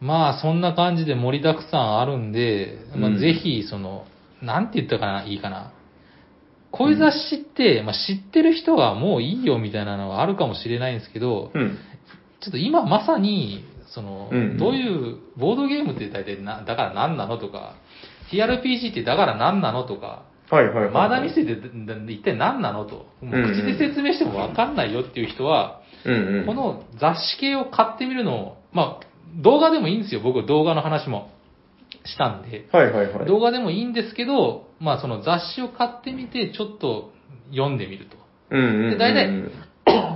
A: まあそんな感じで盛りだくさんあるんで、ま
B: う
A: あ
B: ん
A: ぜひその、なんて言ったかないいかな。恋雑誌って、まあ知ってる人はもういいよみたいなのはあるかもしれないんですけど、
B: うん。
A: ちょっと今まさに、その、
B: うんうん
A: どういう、ボードゲームって大体な、だから何なのとか、TRPG ってだから何なのとか、
B: はいはいはい、
A: マーダーミステリーってだだ一体何なのと、もう口で説明してもわかんないよっていう人は、
B: うんうん。
A: この雑誌系を買ってみるのを、まあ、動画でもいいんですよ。僕動画の話もしたんで。
B: はいはいはい。
A: 動画でもいいんですけど、まあその雑誌を買ってみて、ちょっと読んでみると。
B: うんうんうん、うん。
A: で大体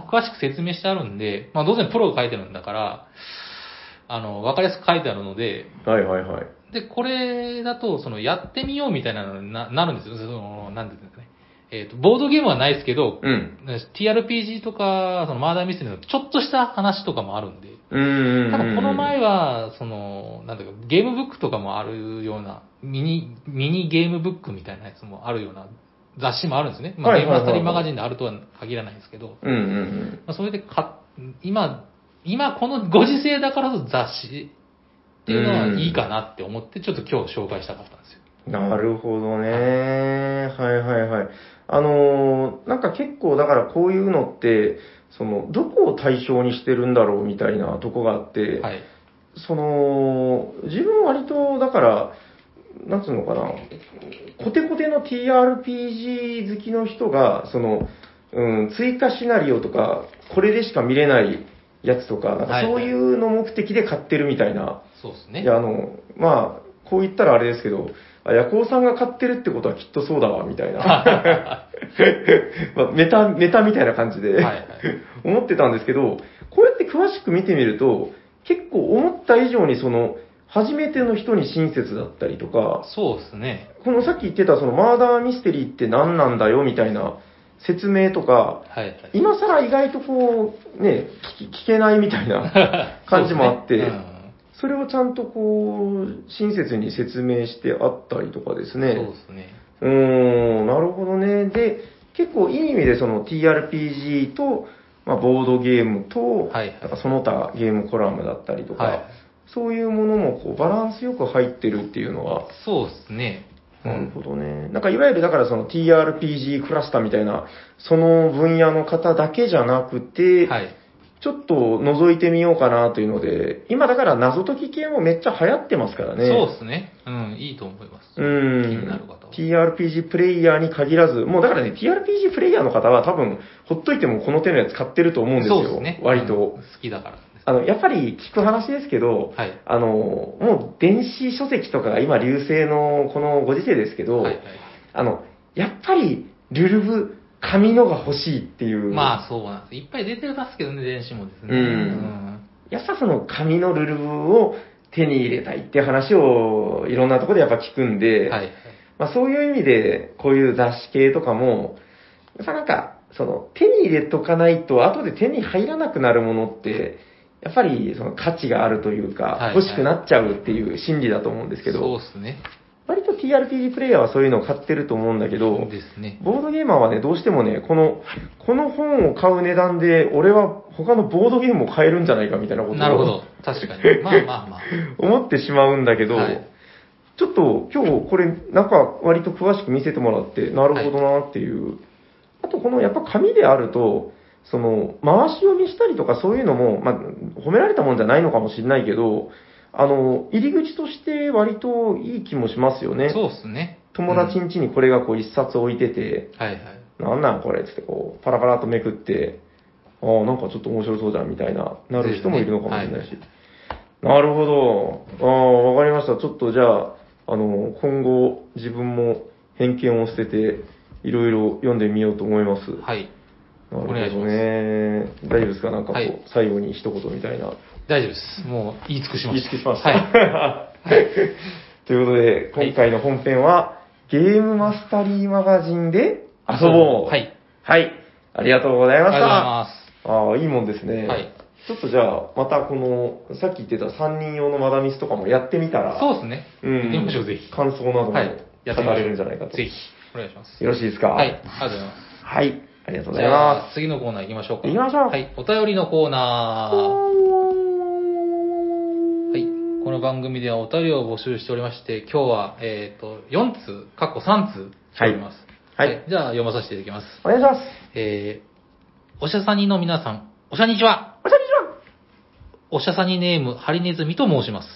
A: 詳しく説明してあるんで、まあ当然プロが書いてるんだから、あの、わかりやすく書いてあるので、
B: はいはいはい。
A: で、これだと、その、やってみようみたいなのにななるんですよ。その、なんていうんですかね。えっ、と、ボードゲームはないですけど、
B: うん。
A: TRPG とか、その、マーダーミステリーのちょっとした話とかもあるんで、
B: うんうんうん。
A: ただこの前は、その、なんだか、ゲームブックとかもあるような、ミニ、ミニゲームブックみたいなやつもあるような雑誌もあるんですね。まあ、
B: は
A: ゲ
B: い
A: ー
B: はいは
A: ム
B: い
A: あたりマガジンであるとは限らないんですけど、
B: うんうん
A: まあ、それでか、今、今このご時世だからこそ雑誌っていうのはいいかなって思って、ちょっと今日紹介したかったんですよ。
B: うん。なるほどね。はいはいはい。あのーなんか結構だからこういうのって、その、どこを対象にしてるんだろうみたいなとこがあって、
A: はい。
B: その、自分割と、だから、なんつうのかな、コテコテの TRPG 好きの人が、その、うん、追加シナリオとか、これでしか見れないやつとか、なん
A: は
B: か
A: い
B: そういうの目的で買ってるみたいな、
A: そうです
B: い
A: ね。
B: や、あの、まあ、こう言ったらあれですけど、あヤコウさんが買ってるってことはきっとそうだわ、みたい な、まあメタ、メタみたいな感じで、
A: はいはい。
B: 思ってたんですけど、こうやって詳しく見てみると、結構思った以上にその、初めての人に親切だったりとか、
A: そうですね。
B: このさっき言ってたそのマーダーミステリーって何なんだよみたいな説明とか、
A: はいはい。
B: 今更意外とこう、ね、聞き聞けないみたいな感じもあっ
A: そう
B: て
A: です、ねうん
B: それをちゃんとこう、親切に説明してあったりとかですね。
A: そうですね。
B: うーん、なるほどね。で、結構いい意味でその TRPG と、まあ、ボードゲームと、
A: はいはい
B: なんかその他ゲームコラムだったりとか、
A: はい
B: そういうものもこうバランスよく入ってるっていうのは、
A: そうですね。う
B: なる
A: ん。
B: ほどね。なんかいわゆるだからその TRPG クラスターみたいな、その分野の方だけじゃなくて、
A: はい。
B: ちょっと覗いてみようかなというので、今だから謎解き系もめっちゃ流行ってますからね。
A: そうですね。うん、いいと思います。気
B: う
A: になる
B: ん
A: 方は。
B: TRPG プレイヤーに限らず、もうだからね、TRPG プレイヤーの方は多分、ほっといてもこの手のやつ買ってると思うんです
A: そ
B: よ。
A: うですね。
B: 割
A: うん
B: と
A: 好。きだからです。
B: あの、やっぱり聞く話ですけど、
A: はい。
B: あの、もう電子書籍とかが今流星のこのご時世ですけど、
A: はいはい。
B: あの、やっぱり、ルルブ、紙のが欲しいっていう。
A: まあそうなんです。いっぱい出てますけどね、電子もですね。
B: うんやっぱその紙のルルブを手に入れたいっていう話をいろんなところでやっぱ聞くん
A: う
B: で、
A: んはいはい。
B: まあ、そういう意味で、こういう雑誌系とかも、やっぱなんか、その、手に入れとかないと、後で手に入らなくなるものって、やっぱりその価値があるというか、
A: はいはい
B: 欲しくなっちゃうっていう心理だと思うんですけ
A: そう
B: ど、
A: ですね。
B: 割と TRPG プレイヤーはそういうのを買ってると思うんだけど、
A: ですね。
B: ボードゲーマーはね、どうしてもね、この、この本を買う値段で、俺は他のボードゲームを買えるんじゃないかみたいなことを
A: なるほど。確か に。まあまあまあ。
B: 思ってしまうんだけど、
A: はい
B: ちょっと今日これ中割と詳しく見せてもらって、なるほどなっていう。あとこのやっぱ紙であると、その回し読みしたりとかそういうのも、まあ、褒められたもんじゃないのかもしれないけど、あの、入り口として割といい気もしますよね。
A: そうですね。
B: 友達ん家にこれがこう一冊置いてて、
A: はいはい。
B: なんなんこれっつってこう、パラパラっとめくって、ああ、なんかちょっと面白そうじゃんみたいな、なる人もいるのかもしれないし。なるほど。ああ、わかりました。ちょっとじゃあ、あの、今後自分も偏見を捨てて、いろいろ読んでみようと思います。
A: はい。
B: な
A: お願
B: る
A: いし
B: ほど
A: ます
B: ね。大丈夫ですかなんかこう、
A: はい
B: 最後に一言みたいな。
A: 大丈夫です。もう言い尽くしま
B: 意
A: した。
B: 識しました。
A: はい。
B: ということで、今回の本編は、ゲームマスタリーマガジンで遊ぼう。
A: はい。
B: はい。ありがとうござい
A: あ
B: ま
A: りが
B: し
A: とうござい
B: た。
A: ま
B: ああ、いいもんですね。
A: はい
B: ちょっとじゃあ、またこの、さっき言ってた3人用のマダミスとかもやってみたら、
A: す。そうですね。
B: うん
A: 行きましょう、ぜひ。
B: 感想なども語
A: はい。やってみましょう
B: れるんじゃないかと。
A: ぜひ。お願いします。
B: よろしいですか
A: はい。あり。がとうございます。
B: はい。ありがとうご
A: じ
B: ざいま
A: ゃあ、次のコーナー行きましょう
B: す。
A: か。
B: 行きましょう。
A: はい。お便りのコーナー。はい。この番組ではお便りを募集しておりまして、今日は、えっ、と、4通、過去3通しております。
B: はい
A: じゃあ、読まさせていただきます。
B: お願いします。
A: えー、おしゃさにの皆さん、おしゃにちは
B: おしゃれにしろ
A: おしゃさにネーム、ハリネズミと申します。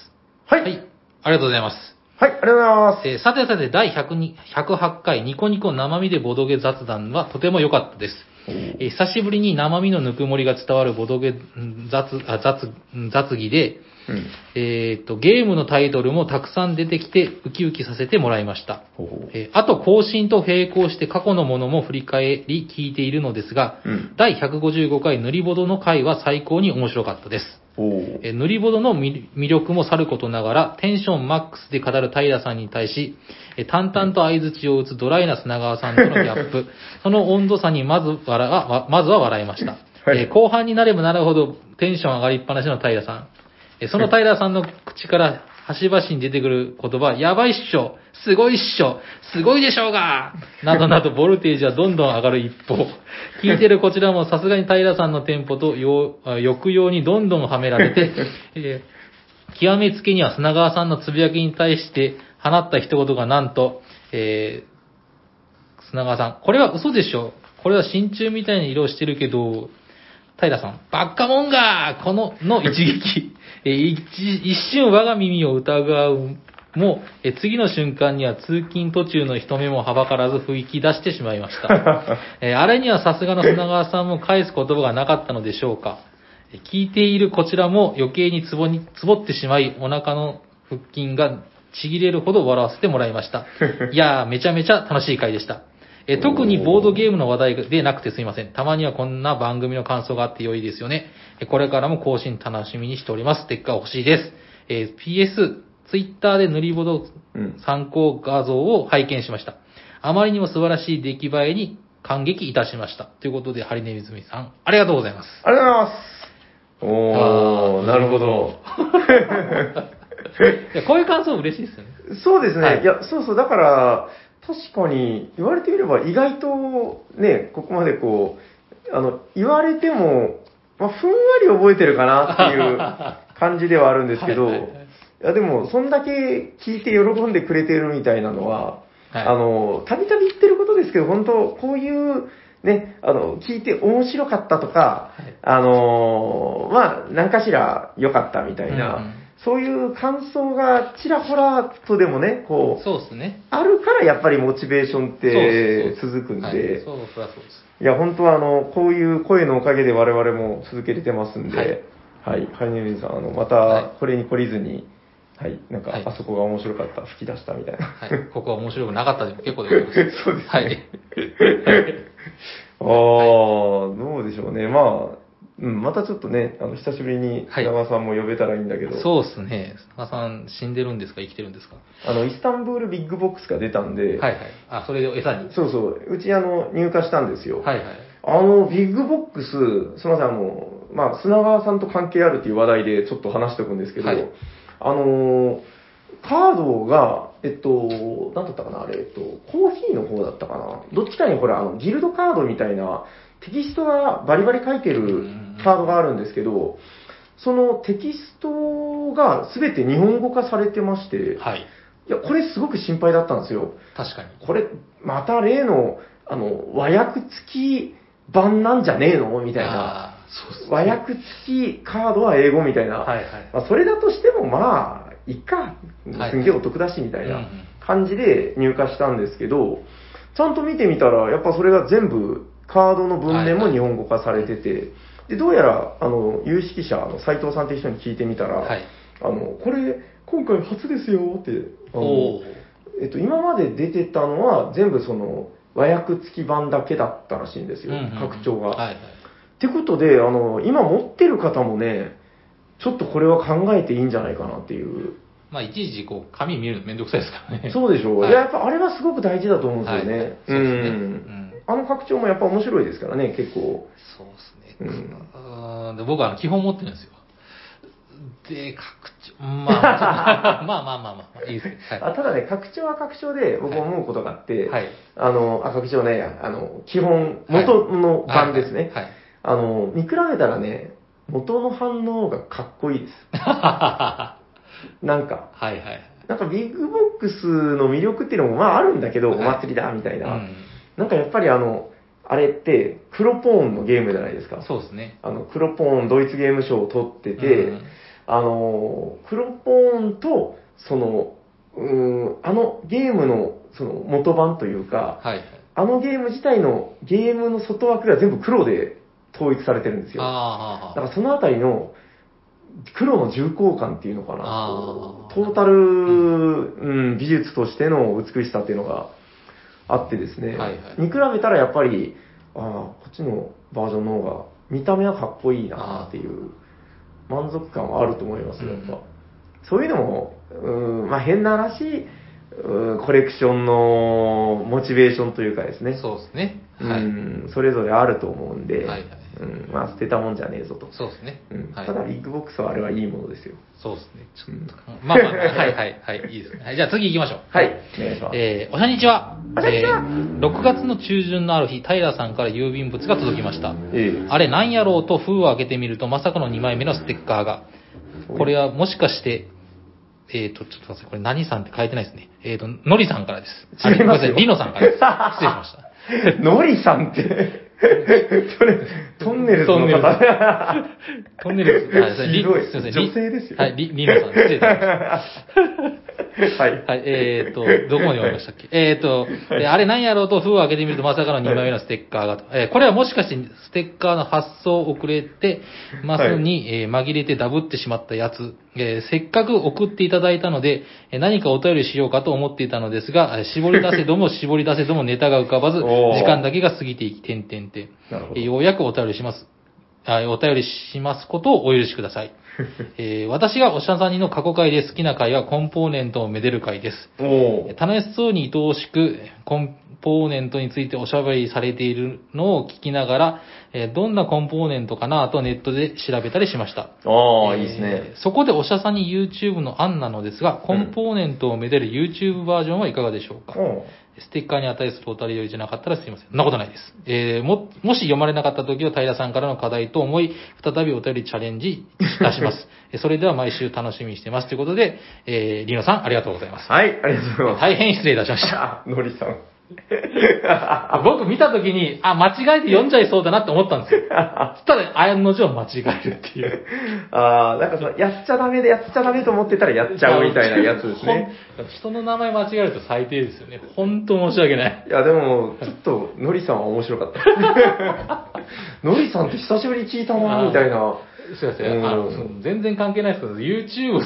B: はい。
A: は
B: はい
A: い。。ありがとうございます。
B: ありがとうございます。
A: えーさてさて、第102 108回ニコニコ生身でボドゲ雑談はとても良かったです。えー久しぶりに生身のぬくもりが伝わるボドゲん雑、あ雑、雑技で、
B: うん。
A: えーっと、ゲームのタイトルもたくさん出てきて、ウキウキさせてもらいました。
B: ほうほう
A: えーあと、更新と並行して過去のものも振り返り聞いているのですが、
B: うん。
A: 第155回塗りボドの回は最高に面白かったです。
B: おー
A: えー塗りボドの魅魅力もさることながら、テンションマックスで語る平さんに対し、えー淡々と相槌を打つドライな砂川さんとのギャップ、その温度差にまず笑わわまずは笑いました、
B: はい
A: えー後半になればなるほどテンション上がりっぱなしの平さん。えーその平さんの口から端々に出てくる言葉、やばいっしょ、すごいっしょ、すごいでしょうが、などなどボルテージはどんどん上がる一方、聞いてるこちらもさすがに平さんのテンポとようあ抑揚にどんどんはめられ て、えー極めつけには砂川さんのつぶやきに対して放った一言がなんと、えー砂川さん、これは嘘でしょこれは真鍮みたいな色をしてるけど、平さん、バッカモンガーこの、の一撃。 えー一一瞬我が耳を疑うも、えー次の瞬間には通勤途中の人目もはばからず吹き出してしまいました。えーあれにはさすがの砂川さんも返す言葉がなかったのでしょうか。えー聞いているこちらも余計にツボに、ツボってしまい、お腹の腹筋がちぎれるほど笑わせてもらいました。いやー、めちゃめちゃ楽しい回でした。えー特にボードゲームの話題でなくてすいません。たまにはこんな番組の感想があって良いですよね。えーこれからも更新楽しみにしております。ステッカー欲しいです。えー PS、Twitter で塗りボド
B: うん。
A: 参考画像を拝見しました。あまりにも素晴らしい出来栄えに感激いたしました。ということで、ハリネミズミさん、ありがとうございます。
B: ありがとうございます。お
A: あ
B: ー、
A: ー
B: なるほど。
A: いや、こういう感想嬉しいですよね。
B: そうですね、
A: はい
B: い、や、そうそう、だから、確かに、言われてみれば、意外と、ね、ここまでこう、あの、言われても、まあ、ふんわり覚えてるかな っていう感じではあるんですけど、
A: はいいはいはい
B: や、でも、そんだけ聞いて喜んでくれてるみたいなのは、
A: はい
B: あの、たびたび言ってることですけど、本当こういう、ね、あの、聞いて面白かったとか、
A: はい
B: あのーまあ、何かしら良かったみたいな、
A: うんうん
B: そういう感想がちらほらとでもね、こう、
A: そうですね。
B: あるからやっぱりモチベーションっ
A: そう
B: て
A: そうそう
B: 続くんで、
A: はい
B: い、
A: そう、そりゃそうです。
B: や、本当はあの、こういう声のおかげで我々も続けれてますんで、
A: はい
B: はい、ハリネミズさん、あの、ま
A: は
B: た、これに懲りずに、はい、なんか
A: はい、
B: あそこが面白かった、吹き出したみたいな。
A: はい。ここは面白くなかったでも結構でございます。
B: そう ですね。
A: はい。
B: ああ、どうでしょうね。まあ、うん、またちょっとね、あの、久しぶりに、
A: はい
B: 長さんも呼べたらいいんだけど、
A: そうですね。砂さん、死んでるんですか生きてるんですか
B: あの、イスタンブールビッグボックスが出たん
A: は
B: で、
A: いはい。あ、それを餌に。
B: そうそう、うち、あの、入荷したんですよ。
A: はいはい。
B: あの、ビッグボックス、すみません、あの、まあ、砂川さんと関係あるっていう話題でちょっと話しておくんですけど、
A: はい
B: あの、カードが、えっと、なんだったかな、あれ、えっと、コーヒーの方だったかな。どっちかにほら、あの、ギルドカードみたいな、テキストがバリバリ書いてるカードがあるんですけど、そのテキストが全て日本語化されてまして、
A: はい。
B: いや、これすごく心配だったんですよ。
A: 確かに。
B: これ、また例の、あの、和訳付き版なんじゃねえのみたいな。
A: あーそうっすね
B: 和訳付きカードは英語みたいな。
A: はいはい。
B: まあ、それだとしても、まあ、いっか
A: はい。
B: すんげえお得だし、みたい
A: うんう
B: なん感じで入荷したんですけど、ちゃんと見てみたら、やっぱそれが全部、カードの文面も日本語化されてて、で、どうやら、あの、有識者、あの斉藤さんと一緒に聞いてみたら、
A: はい。
B: あの、これ、今回初ですよって、あの
A: おお。
B: えっと、今まで出てたのは全部その和訳付き版だけだったらしいんですよ、
A: うんうんうん
B: 拡張が。
A: はいはい。
B: ってことであの、今持ってる方もね、ちょっとこれは考えていいんじゃないかなっていう、
A: まあ、いちいちこう、紙見るのめんどくさいですからね。
B: そうでしょう、
A: はい
B: い、ややっぱあれはすごく大事だと思うんです
A: はい
B: よね。
A: そう
B: う
A: ですね。うんん。
B: あの拡張もやっぱ面白いですからね、結構。
A: そうです
B: う
A: ね。
B: ん
A: あーで僕はあの基本持ってるんですよ。で、拡張、 まあ、まあまあまあまあ、いいですね。
B: あ
A: は
B: ただね、拡張は拡張で僕思うことがあっ
A: い。
B: て、
A: はい。
B: あの、あ、拡張ね、あの、基本、元の版ですね。
A: はい。はい
B: あの、見比べたらね、元の反応がかっこいいです。なんか、
A: はいはい。
B: なんかビッグボックスの魅力っていうのもまああるんだけど、
A: はい
B: お祭りだみたいな、
A: うん
B: なんかやっぱりあの、あれって、黒ポーンのゲームじゃないですか。
A: そうですね。
B: あの、黒ポーンドイツゲーム賞を取ってて、
A: うん
B: あの、黒ポーンと、その、うーん、あのゲームの、その元版というか、
A: はい。
B: あのゲーム自体のゲームの外枠が全部黒で統一されてるんですよ。
A: あ
B: だ
A: ーあー、
B: か
A: あー
B: らそのあたりの黒の重厚感っていうのかな
A: あ、ー
B: トータル、うん、美術としての美しさっていうのがあってですね、
A: はいはい
B: 見比べたらやっぱり、ああ、こっちのバージョンの方が見た目はかっこいいなっていう満足感はあると思いますよ、やっぱ。
A: うん
B: そういうのも、うん、まあ変な話、うーコレクションのモチベーションというかですね。
A: そうですね。
B: う
A: はい。
B: ん、それぞれあると思うんで、
A: はいはい
B: うん、まあ捨てたもんじゃねえぞと。
A: そうですね
B: うん。
A: はい
B: た。だビッグボックスはあれはいいものですよ。
A: そうですね。ち
B: う
A: ょっ
B: ん
A: と。まあまあ、はいはいはい。いいですね。はい、じゃあ次行きましょう。
B: はい、お願いします。
A: えーおはにちは。
B: おはにちは
A: えー6月の中旬のある日、平さんから郵便物が届きました。
B: ええ
A: あれなんやろうと封を開けてみると、まさかの2枚目のステッカーが。これはもしかして、えっ、と、ちょっと待ってください。これ何さんって書いてないですね。えっ、と、のりさんからです。あ
B: 違いますよ
A: ごめんなさリノさんからです。失礼しました。
B: ノリさんって、それ、トンネルズの方。
A: トンネルズ。
B: ひどい
A: すません。
B: 女性ですよ
A: はい、リリノさん。失礼しました。
B: はい。
A: はい、えー、っと、どこまで読みましたっ けえー、っと、であれなんやろうと封を開けてみるとまさかの2枚目のステッカーがと、えーこれはもしかしてステッカーの発送遅れてますに、えー紛れてダブってしまったやつ、えーせっかく送っていただいたので、えー何かお便りしようかと思っていたのですが、えー絞り出せど も絞り出せどもネタが浮かばず、
B: おー
A: 時間だけが過ぎていき、てんてんてん。
B: なるほ
A: えー
B: ど。
A: ようやくお便りします。あお便りしますことをお許しください。えー私がおしゃさんにの過去回で好きな回はコンポーネントをめでる回です。
B: おー
A: 楽しそうに愛おしくコンポーネントについておしゃべりされているのを聞きながら、えーどんなコンポーネントかなとネットで調べたりしました。
B: ああ、いいですね
A: え。ーそこでおしゃさんに YouTube の案なのですが、コンポーネントをめでる YouTube バージョンはいかがでしょうか、
B: おー
A: ステッカーに値するお便りよりじゃなかったらすいません。そんなことないです。えーも、もし読まれなかった時は平さんからの課題と思い、再びお便りチャレンジいたします。 えそれでは毎週楽しみにしてます。ということで、えー、リノさんありがとうございます。
B: はい、ありがとうございます。
A: 大変失礼いたしました。
B: あ、ノリさん。
A: 僕見た時に、あ、間違えて読んじゃいそうだなって思ったんです よ。そしたら、案の定間違えるっていう。
B: ああ、なんかその、やっちゃダメで、やっちゃダメと思ってたらやっちゃうみたいなやつですね。
A: ほん。人の名前間違えると最低ですよね。本当申し訳ない。
B: いや、でも、ちょっと、ノリさんは面白か った。ノリさんって久しぶりに聞いたな、みたいな。
A: すいません。あの、
B: うん
A: その全然関係ないですけど、YouTube で、
B: はい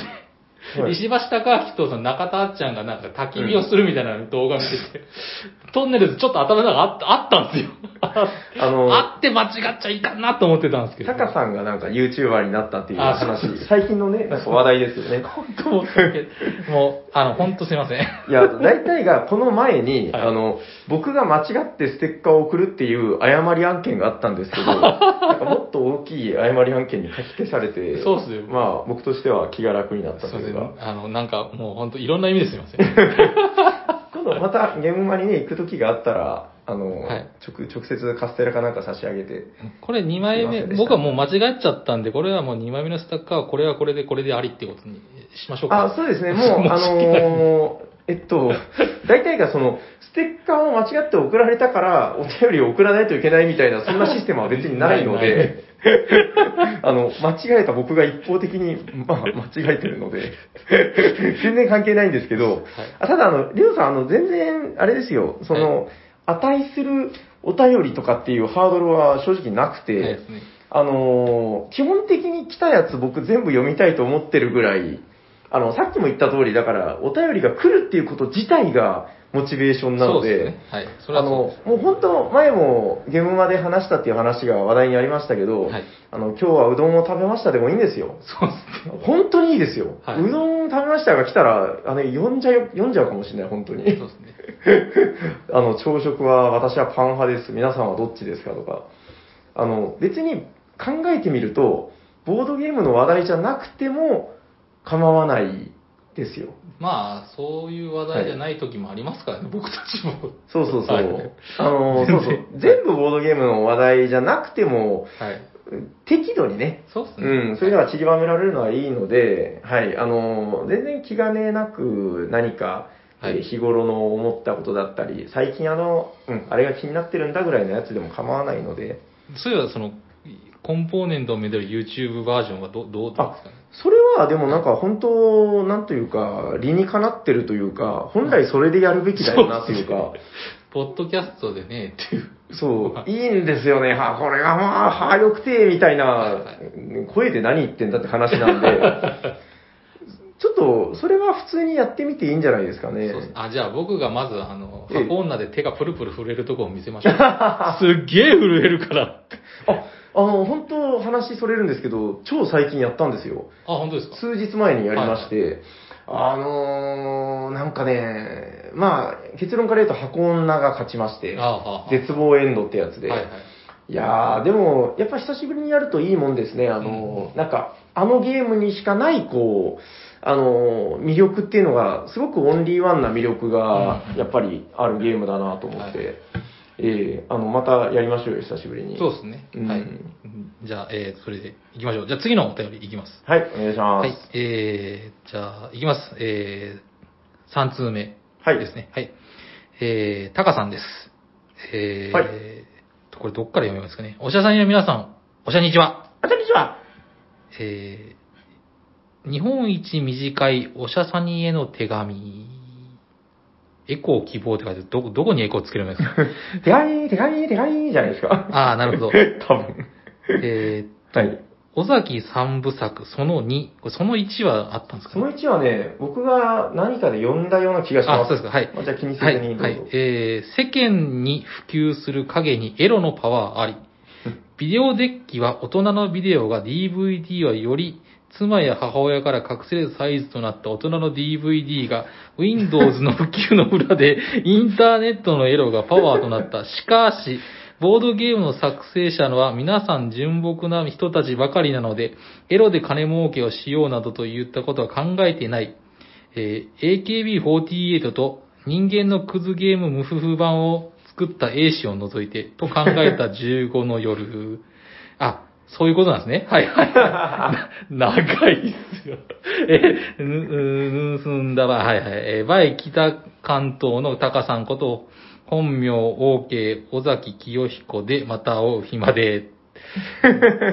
A: 石橋貴明とその中田あっちゃんがなんか焚き火をするみたいな動画見てて、 トンネルズちょっと頭の中あったあったんですよ。
B: あの
A: あって間違っちゃいかんなと思ってたんですけど。
B: タカさんがなんか YouTuber になったっていう
A: あ
B: 話、最近のね、なんか話題ですよね。
A: 本当申し訳ないもう、あの、本当すいません。
B: いや、大体がこの前に、
A: はい
B: あの、僕が間違ってステッカーを送るっていう誤り案件があったんですけ ど、なんかもっと大きい誤り案件に書き消されて、
A: そうっすよ
B: まあ、僕としては気が楽になった
A: すい
B: と
A: ま
B: い
A: せ
B: うか
A: ん。。あの、なんかもう本当いろんな意味ですいませ ん。
B: 今度また現場にね、行く時があったら、あの、
A: はい
B: 直直接カステラかなんか差し上げて、
A: これ2枚
B: すいませんで
A: 目、
B: した
A: 僕はもう間違っちゃったんで、これはもう2枚目のスタッカーはこれはこれでこれでありってことにしましょうか。
B: あ、そうですね。 もう、
A: もう
B: あのーえっと、大体がその、ステッカーを間違って送られたから、お便りを送らないといけないみたいな、そんなシステムは別に ないので、 あの、間違えた僕が一方的に、まあ、間違えてるので、全然関係ないんですけど、あただ、あの、りょうさん、あの、全然、あれですよ、その、値するお便りとかっていうハードルは正直なくて、
A: はいですね。
B: あのー基本的に来たやつ僕全部読みたいと思ってるぐらい、あの、さっきも言った通り、だから、お便りが来るっていうこと自体がモチベーションなので、
A: そうすね。はい。それ
B: あ
A: は
B: の、
A: そう
B: も
A: です
B: う本当、前もゲームまで話したっていう話が話題にありましたけど、
A: はい
B: あの、今日はうどんを食べましたでもいいんですよ。
A: そうですね。
B: 本当にいいですよ。
A: はいう
B: どんを食べましたが来たら、あの、読んじゃう、読んじゃうかもしれない、本当に
A: そ。うですね。
B: あの、朝食は私はパン派です。皆さんはどっちですかとか。あの、別に考えてみると、ボードゲームの話題じゃなくても構わないですよ。
A: まあ、そういう話題じゃない時もあります からね、僕たちも。
B: そうそうそう。
A: はい
B: あ の、そうそう。全部ボードゲームの話題じゃなくても、
A: はい。
B: 適度にね、
A: そうですね。
B: うん、それが散りばめられるのはいいので、はい、あの、全然気兼ねなく何か、えー
A: はい
B: 日頃の思ったことだったり、最近あの、うん、あれが気になってるんだぐらいのやつでも構わないので、
A: そういえば、その、コンポーネントをめでる YouTube バージョンはどどうだったんですかね。
B: それはでもなんか本当、なんというか、理にかなってるというか、本来それでやるべきだよなというか、
A: ポッドキャストでね、っていう。
B: そう、 いいんですよね、はあ、これがまあ、はあ、よくて、みた
A: はい
B: いな
A: は、
B: 声で何言ってんだって話なんで、 ちょっと、それは普通にやってみていいんじゃないですかね。
A: そうっすあ、じゃあ僕がまず、あの、
B: ええ
A: 箱女で手がプルプル震えるとこを見せましょう。 すっげえ震えるから。
B: あ、あの、本当話それるんですけど、超最近やったんですよ。
A: あ、本当ですか
B: 数日前にやりまして、あのー、なんかね、まあ、結論から言うと箱女が勝ちまして、
A: ああ、
B: 絶望エンドってやつで、
A: はいはい。
B: いやー、でも、やっぱ久しぶりにやるといいもんですね。あの、なんか、あのゲームにしかない、こう、あの、魅力っていうのが、すごくオンリーワンな魅力が
A: う、ん
B: やっぱりあるゲームだなと思って、
A: は
B: ええあの、またやりましょうよ、久しぶりに。
A: そうですね。
B: うん
A: はい。じゃあ、えー、それで行きましょう。じゃあ次のお便りいきます。
B: はい、お願いしま
A: は
B: す。
A: い。えー、じゃあ、いきます。えー、3通目
B: はい
A: ですね。はい。えー、タカさんです。えー、
B: はい
A: これどっから読みますかね。おしゃさんや皆さん、おしゃにちは。
B: あ、こんにちは。
A: えー、日本一短いおしゃさにへの手紙。エコー希望って書いてある。どこ、どこにエコーつけるんです か
B: 手紙、手紙、手紙じゃないです か。
A: ああ、なるほど。
B: 多分。
A: えー、
B: はい。
A: 尾崎三部作、その2。これその1はあったんですか
B: そ
A: ね
B: の1はね、僕が何かで読んだような気がします。
A: あそうですかはい
B: まあじゃあ気にせ
A: は
B: ず
A: い、
B: にどうぞ。
A: はい。えー、世間に普及する影にエロのパワー あり。ビデオデッキは大人のビデオが DVD はより妻や母親から隠せるサイズとなった大人の DVD が Windows の普及の裏でインターネットのエロがパワーとなった。しかし、ボードゲームの作成者のは皆さん純朴な人たちばかりなので、エロで金儲けをしようなどといったことは考えていない。えー AKB48 と人間のクズゲーム無夫婦版を作った A 氏を除いてと考え た15の夜。あ、そういうことなんですね。はいはいはい。な 長いっすよ。え、ぬ、うー盗んだば、はいはい。えー、バイ北関東のタカさんこと、本名 OK 尾崎清彦で、また会う日ま で。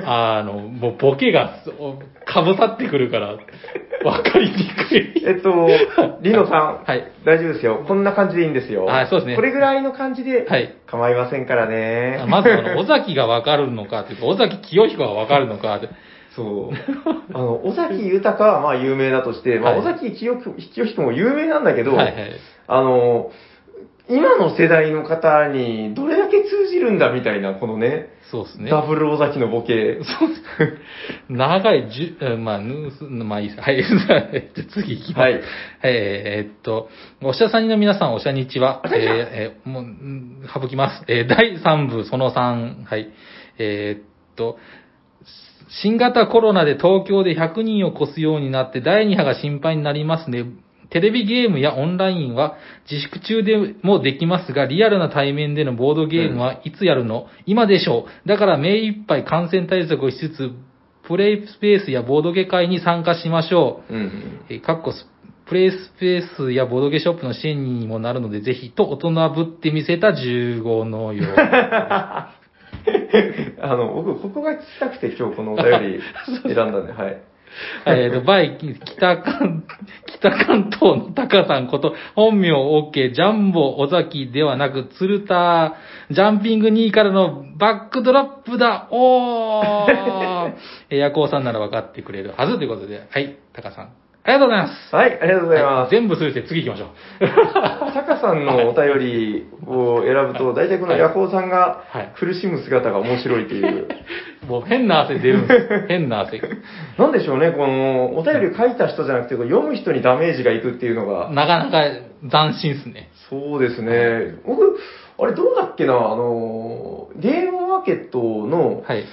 A: あの、もうボケがおかぶさってくるから、わかりにくい。
B: えっと、リノさん、
A: はい。
B: 大丈夫ですよ。こんな感じでいいんですよ。
A: あそうですね
B: これぐらいの感じで
A: はい、
B: 構いませんからね。
A: まず、あの、尾崎がわかるのか、というか、尾崎清彦がわかるのか、
B: そう。あの、尾崎豊はまあ有名だとして、まあ
A: はい
B: 尾崎清く清彦も有名なんだけど、
A: はいはい。
B: あの、今の世代の方にどれだけ通じるんだみたいな、このね、
A: そうですね。
B: ダブル尾崎のボケ。
A: 長い、じゅ、えーまあ、ヌース、まあいいです。はい。 じゃあ次行きます。
B: はい。
A: えーえーっと、おしゃさにの皆さん、おしゃにちは。
B: しゃにちは
A: えーえーもううん、省きます。えー第3部、その3。はい。えーっと、新型コロナで東京で100人を超すようになって第2波が心配になりますね。テレビゲームやオンラインは自粛中でもできますが、リアルな対面でのボードゲームはいつやるの、今でしょう。だから目いっぱい感染対策をしつつ、プレイスペースやボードゲ会に参加しましょう。
B: うん。
A: えーかっこスプレイスペースやボードゲーショップの支援にもなるので、ぜひと大人ぶって見せた15のよう。
B: あの、僕、ここが聞きたくて今日この お便り選んだんで、はい。
A: えーと、バイ、北関、北関東のタカさんこと、本名 OK、ジャンボ尾崎ではなく、鶴田、ジャンピング2位からのバックドラップだ、お ーえー、夜行さんなら分かってくれるはずということで、はい、タカさん。ありがとうございます。
B: はい、ありがとうございます。
A: 全部すべて次行きましょう。
B: タカさんのお便りを選ぶと、大体このヤコウさんが
A: はい
B: 苦しむ姿が面白いという。
A: もう変な汗出るん です。変な汗。
B: なんでしょうね、この、お便り書いた人じゃなくて、こう読む人にダメージがいくっていうのが。
A: なかなか斬新ですね。
B: そうですね。僕、あれどうだっけな、あの、ゲームマーケットの
A: はい。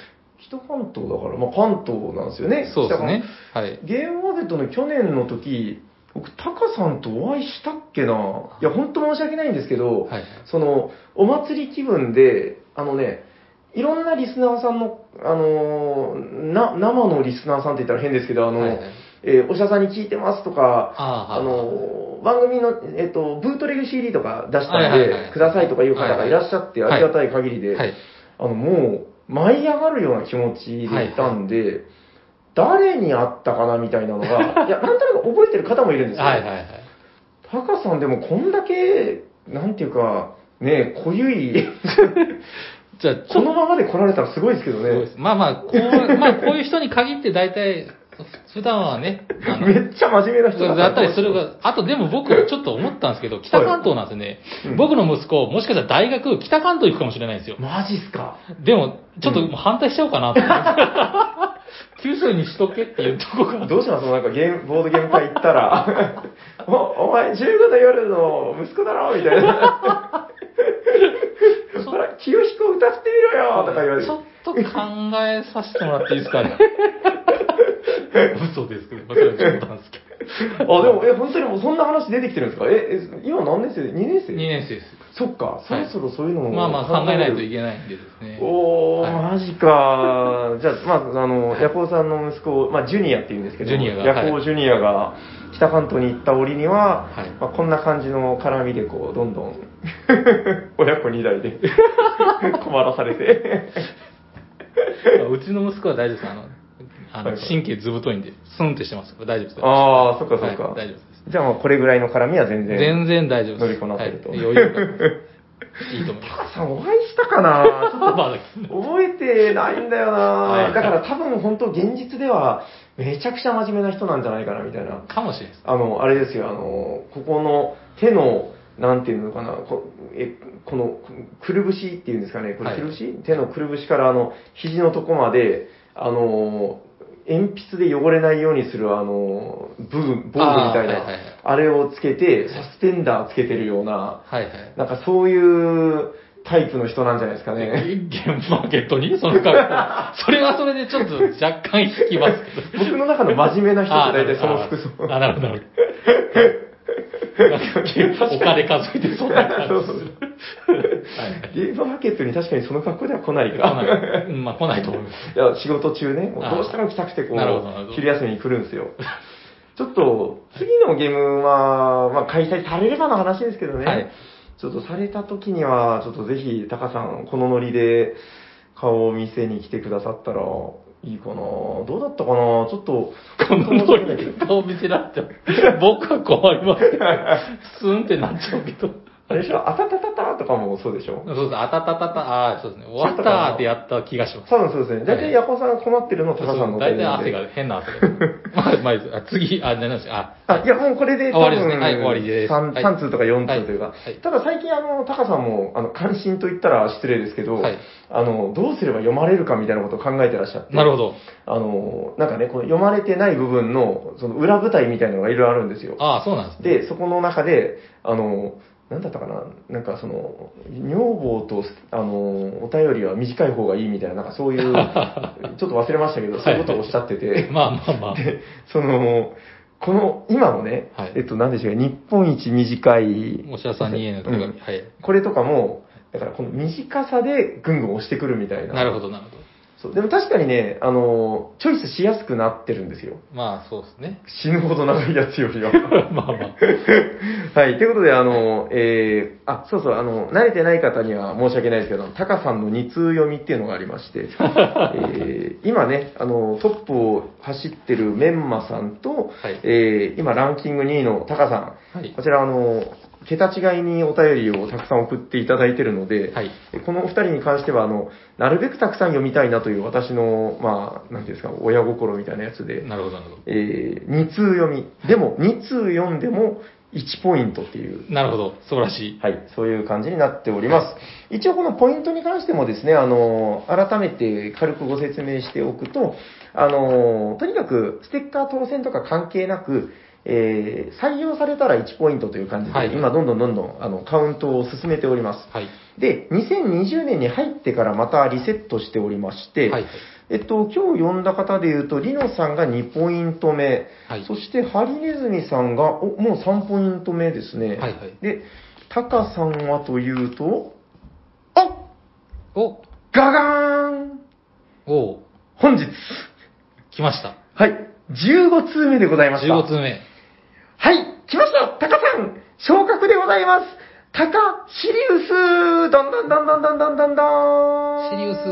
B: 北関東だから、まあ関東なんですよね。
A: そうですね
B: 北関。
A: はい。
B: ゲームマーケットの去年の時、僕、タカさんとお会いしたっけな。いや、本当申し訳ないんですけど、
A: はい。
B: その、お祭り気分で、あのね、いろんなリスナーさんの、あのーな、生のリスナーさんって言ったら変ですけど、あの、
A: はいはい
B: えーお医者さんに聞いてますとか、
A: ああ、
B: あのー番組の、えっ、と、ブートレグ CD とか出したん
A: はいはいは
B: で
A: い、
B: くださいとかいう方がいらっしゃって、
A: はい
B: あ
A: はい
B: りがたい限りで、
A: はい。
B: あの、もう、舞い上がるような気持ちでいたんで、誰に会ったかなみたい なのが、いや、なんとなく覚えてる方もいるんですよ。
A: はいはいはい。
B: タカさんでもこんだけ、なんていうか、ねえ、濃 ゆい、
A: じゃあ、ちょっ
B: このままで来られたらすごいですけど
A: とそうで
B: ね
A: す。。まあまあ、こう、 まあこういう人に限って大体、普段はね、あの、
B: めっちゃ真面目な人
A: だったりする
B: が。
A: が、あとでも僕ちょっと思ったんですけど、北関東なんですね。僕の息子、もしかしたら大学、北関東行くかもしれないんですよ。
B: マジっすか
A: でも、ちょっともう反対しちゃおうかなと思って。 九州にしとけっていうとこが。
B: どうしますなんかゲーム、ボードゲーム会行ったら、 おお前15の夜の息子だろみたいな。 そら、清彦歌ってみろよとか言われて
A: ち。ょっと考えさせてもらっていいですか ね。嘘ですけど、また冗談ですけ
B: あ、でも、え、本当にもうそんな話出てきてるんですかえ、え今何年生 ?2 年生
A: ど。2年生です。
B: そっか、そ
A: は
B: ろ
A: い
B: そろそういうのも、
A: まあまあ考えないとい
B: け
A: けないんでですね。
B: おー、
A: は
B: マジか。じゃあ、まあ、あの、ヤコウさんの息子を、まあ、ジュニアって言うんですけど、
A: ジュニアが
B: ヤコウジュニアが北関東に行った折には、
A: はい
B: まあ、こんな感じの絡みで、こう、どんどん、 親子二 代で困らされて。
A: まあうちの息子は大丈夫です。あの、あ
B: は
A: の
B: いはい
A: 神経ずぶといんで、スンってしてますから大丈夫です。
B: ああ、そっかそっか。
A: はい大丈夫です。
B: じゃあ、まあ、これぐらいの絡みは全然。
A: 全然大丈夫です。
B: 乗りこなせると
A: はい、余裕がいいと思います。
B: 高 さん、お会いしたかな
A: まあ
B: 覚えてないんだよな、
A: はい
B: だから多分本当現実ではめちゃくちゃ真面目な人なんじゃないかなみたいな
A: かもしれないです。
B: あのあれですよあのここの手のなんていうのかなこえこのこくるぶしっていうんですかねこれ
A: はい
B: くるぶし、手のくるぶしからあの肘のとこまであの鉛筆で汚れないようにするあの部分ボールみたいなあ,、
A: あーはいはいはい
B: れをつけてサスペンダーつけてるような
A: はいはい。
B: なんかそういうタイプの人なんじゃないですかね。
A: 現マーケットにその格好。それはそれでちょっと若干引きます けど。
B: 僕の中の真面目な人って大体その服装。
A: あ、なるほど、なるほど。なんか お金数えてそんな感じする。はい。
B: ゲームマーケットに確かにその格好では来ない
A: 来
B: か。
A: ない。うんまあ来ないと思います。
B: いや仕事中ね、もう
A: あー
B: どうしても来たくてこ
A: なるほどなるほ
B: う、
A: ど
B: 昼休みに来るんですよ。ちょっと、次のゲームは、まあ、開催されればの話ですけどね、
A: はい
B: ちょっとされた時には、ちょっとぜひ、タカさん、このノリで顔を見せに来てくださったらいいかなどうだったかなちょっと、
A: この通りに顔見せられても、僕は困りますけど、スンってなっちゃうけど。
B: あれでしょ、あたたたたとかもそうでしょ
A: そうですね、あたたたた、ああ、そうですね、終わったーってやった気がします。
B: 多分そうですね。大体、ヤコさんが困ってるのは
A: そ
B: タ
A: う
B: カさんのおか
A: 大
B: げ
A: 体
B: なん
A: 汗
B: で
A: が、変な汗が。まあ、まあいいです、あ次、あ、何ですか、あ、
B: あ、いや、もうこれで
A: 終わりですねはい終わりです
B: 三
A: はい
B: 三通とか4通というか、
A: はいはい
B: ただ最近、あの、タカさんも、あの、関心と言ったら失礼ですけど、
A: はい
B: あの、どうすれば読まれるかみたいなことを考えてらっしゃって、
A: なるほど。
B: あの、なんかね、この読まれてない部分の、その裏舞台みたいなのがいろいろあるんですよ。
A: ああ、そうなんですね。
B: で、そこの中で、あの、なんだったかな、なんかその、女房と、あの、お便りは短い方がいいみたいな、なん かそういう、ちょっと忘れましたけど、そういうことをおっしゃってて、
A: まあまあまあ。
B: で、その、この、今のね、
A: はい
B: えっと、なんでしょうか、日本一短い、
A: おしゃさんに家の手紙、
B: うん
A: はい。
B: これとかも、だからこの短さでぐんぐん押してくるみたいな。
A: なるほど、なるほど。
B: そう。でも確かにね、あの、チョイスしやすくなってるんですよ。
A: まあ、そうですね。
B: 死ぬほど長いやつよりは。
A: まあまあ。
B: はい。ということで、あの、えー、あ、そうそう、あの、慣れてない方には申し訳ないですけど、タカさんの二通読みっていうのがありま して、えー今ね、あの、トップを走ってるメンマさんと、
A: はい
B: えー今ランキング2位のタカさん、
A: はい
B: こちら、あの、桁違いにお便りをたくさん送っていただいてるので、
A: はい。
B: このお二人に関しては、あの、なるべくたくさん読みたいなという私の、まあ、なんていうんですか、親心みたいなやつで、
A: なるほど、なるほ
B: えー、2通読み。でも、2通読んでも1ポイントっていう、
A: ど。なるほど、素晴らしい。
B: はい、そういう感じになっております。一応このポイントに関してもですね、あの、改めて軽くご説明しておくと、あの、とにかくステッカー当選とか関係なく、えー、採用されたら1ポイントという感じで、
A: はい
B: 今どんどんどんどんあのカウントを進めております。
A: はい。
B: で、2020年に入ってからまたリセットしておりまして、
A: はい。
B: えっと、今日読んだ方で言うと、リノさんが2ポイント目、
A: はい
B: そしてハリネズミさんが、お、もう3ポイント目です
A: は
B: ね。
A: いはい
B: で、タカさんはというと、あ
A: お、
B: ガガーン
A: お、
B: 本日、
A: 来ました。
B: はい、15通目でございました。
A: 15通目。
B: はい、来ましたタカさん昇格でございますタカシリウスどんどんどんどんどんどんどんどん
A: シリウス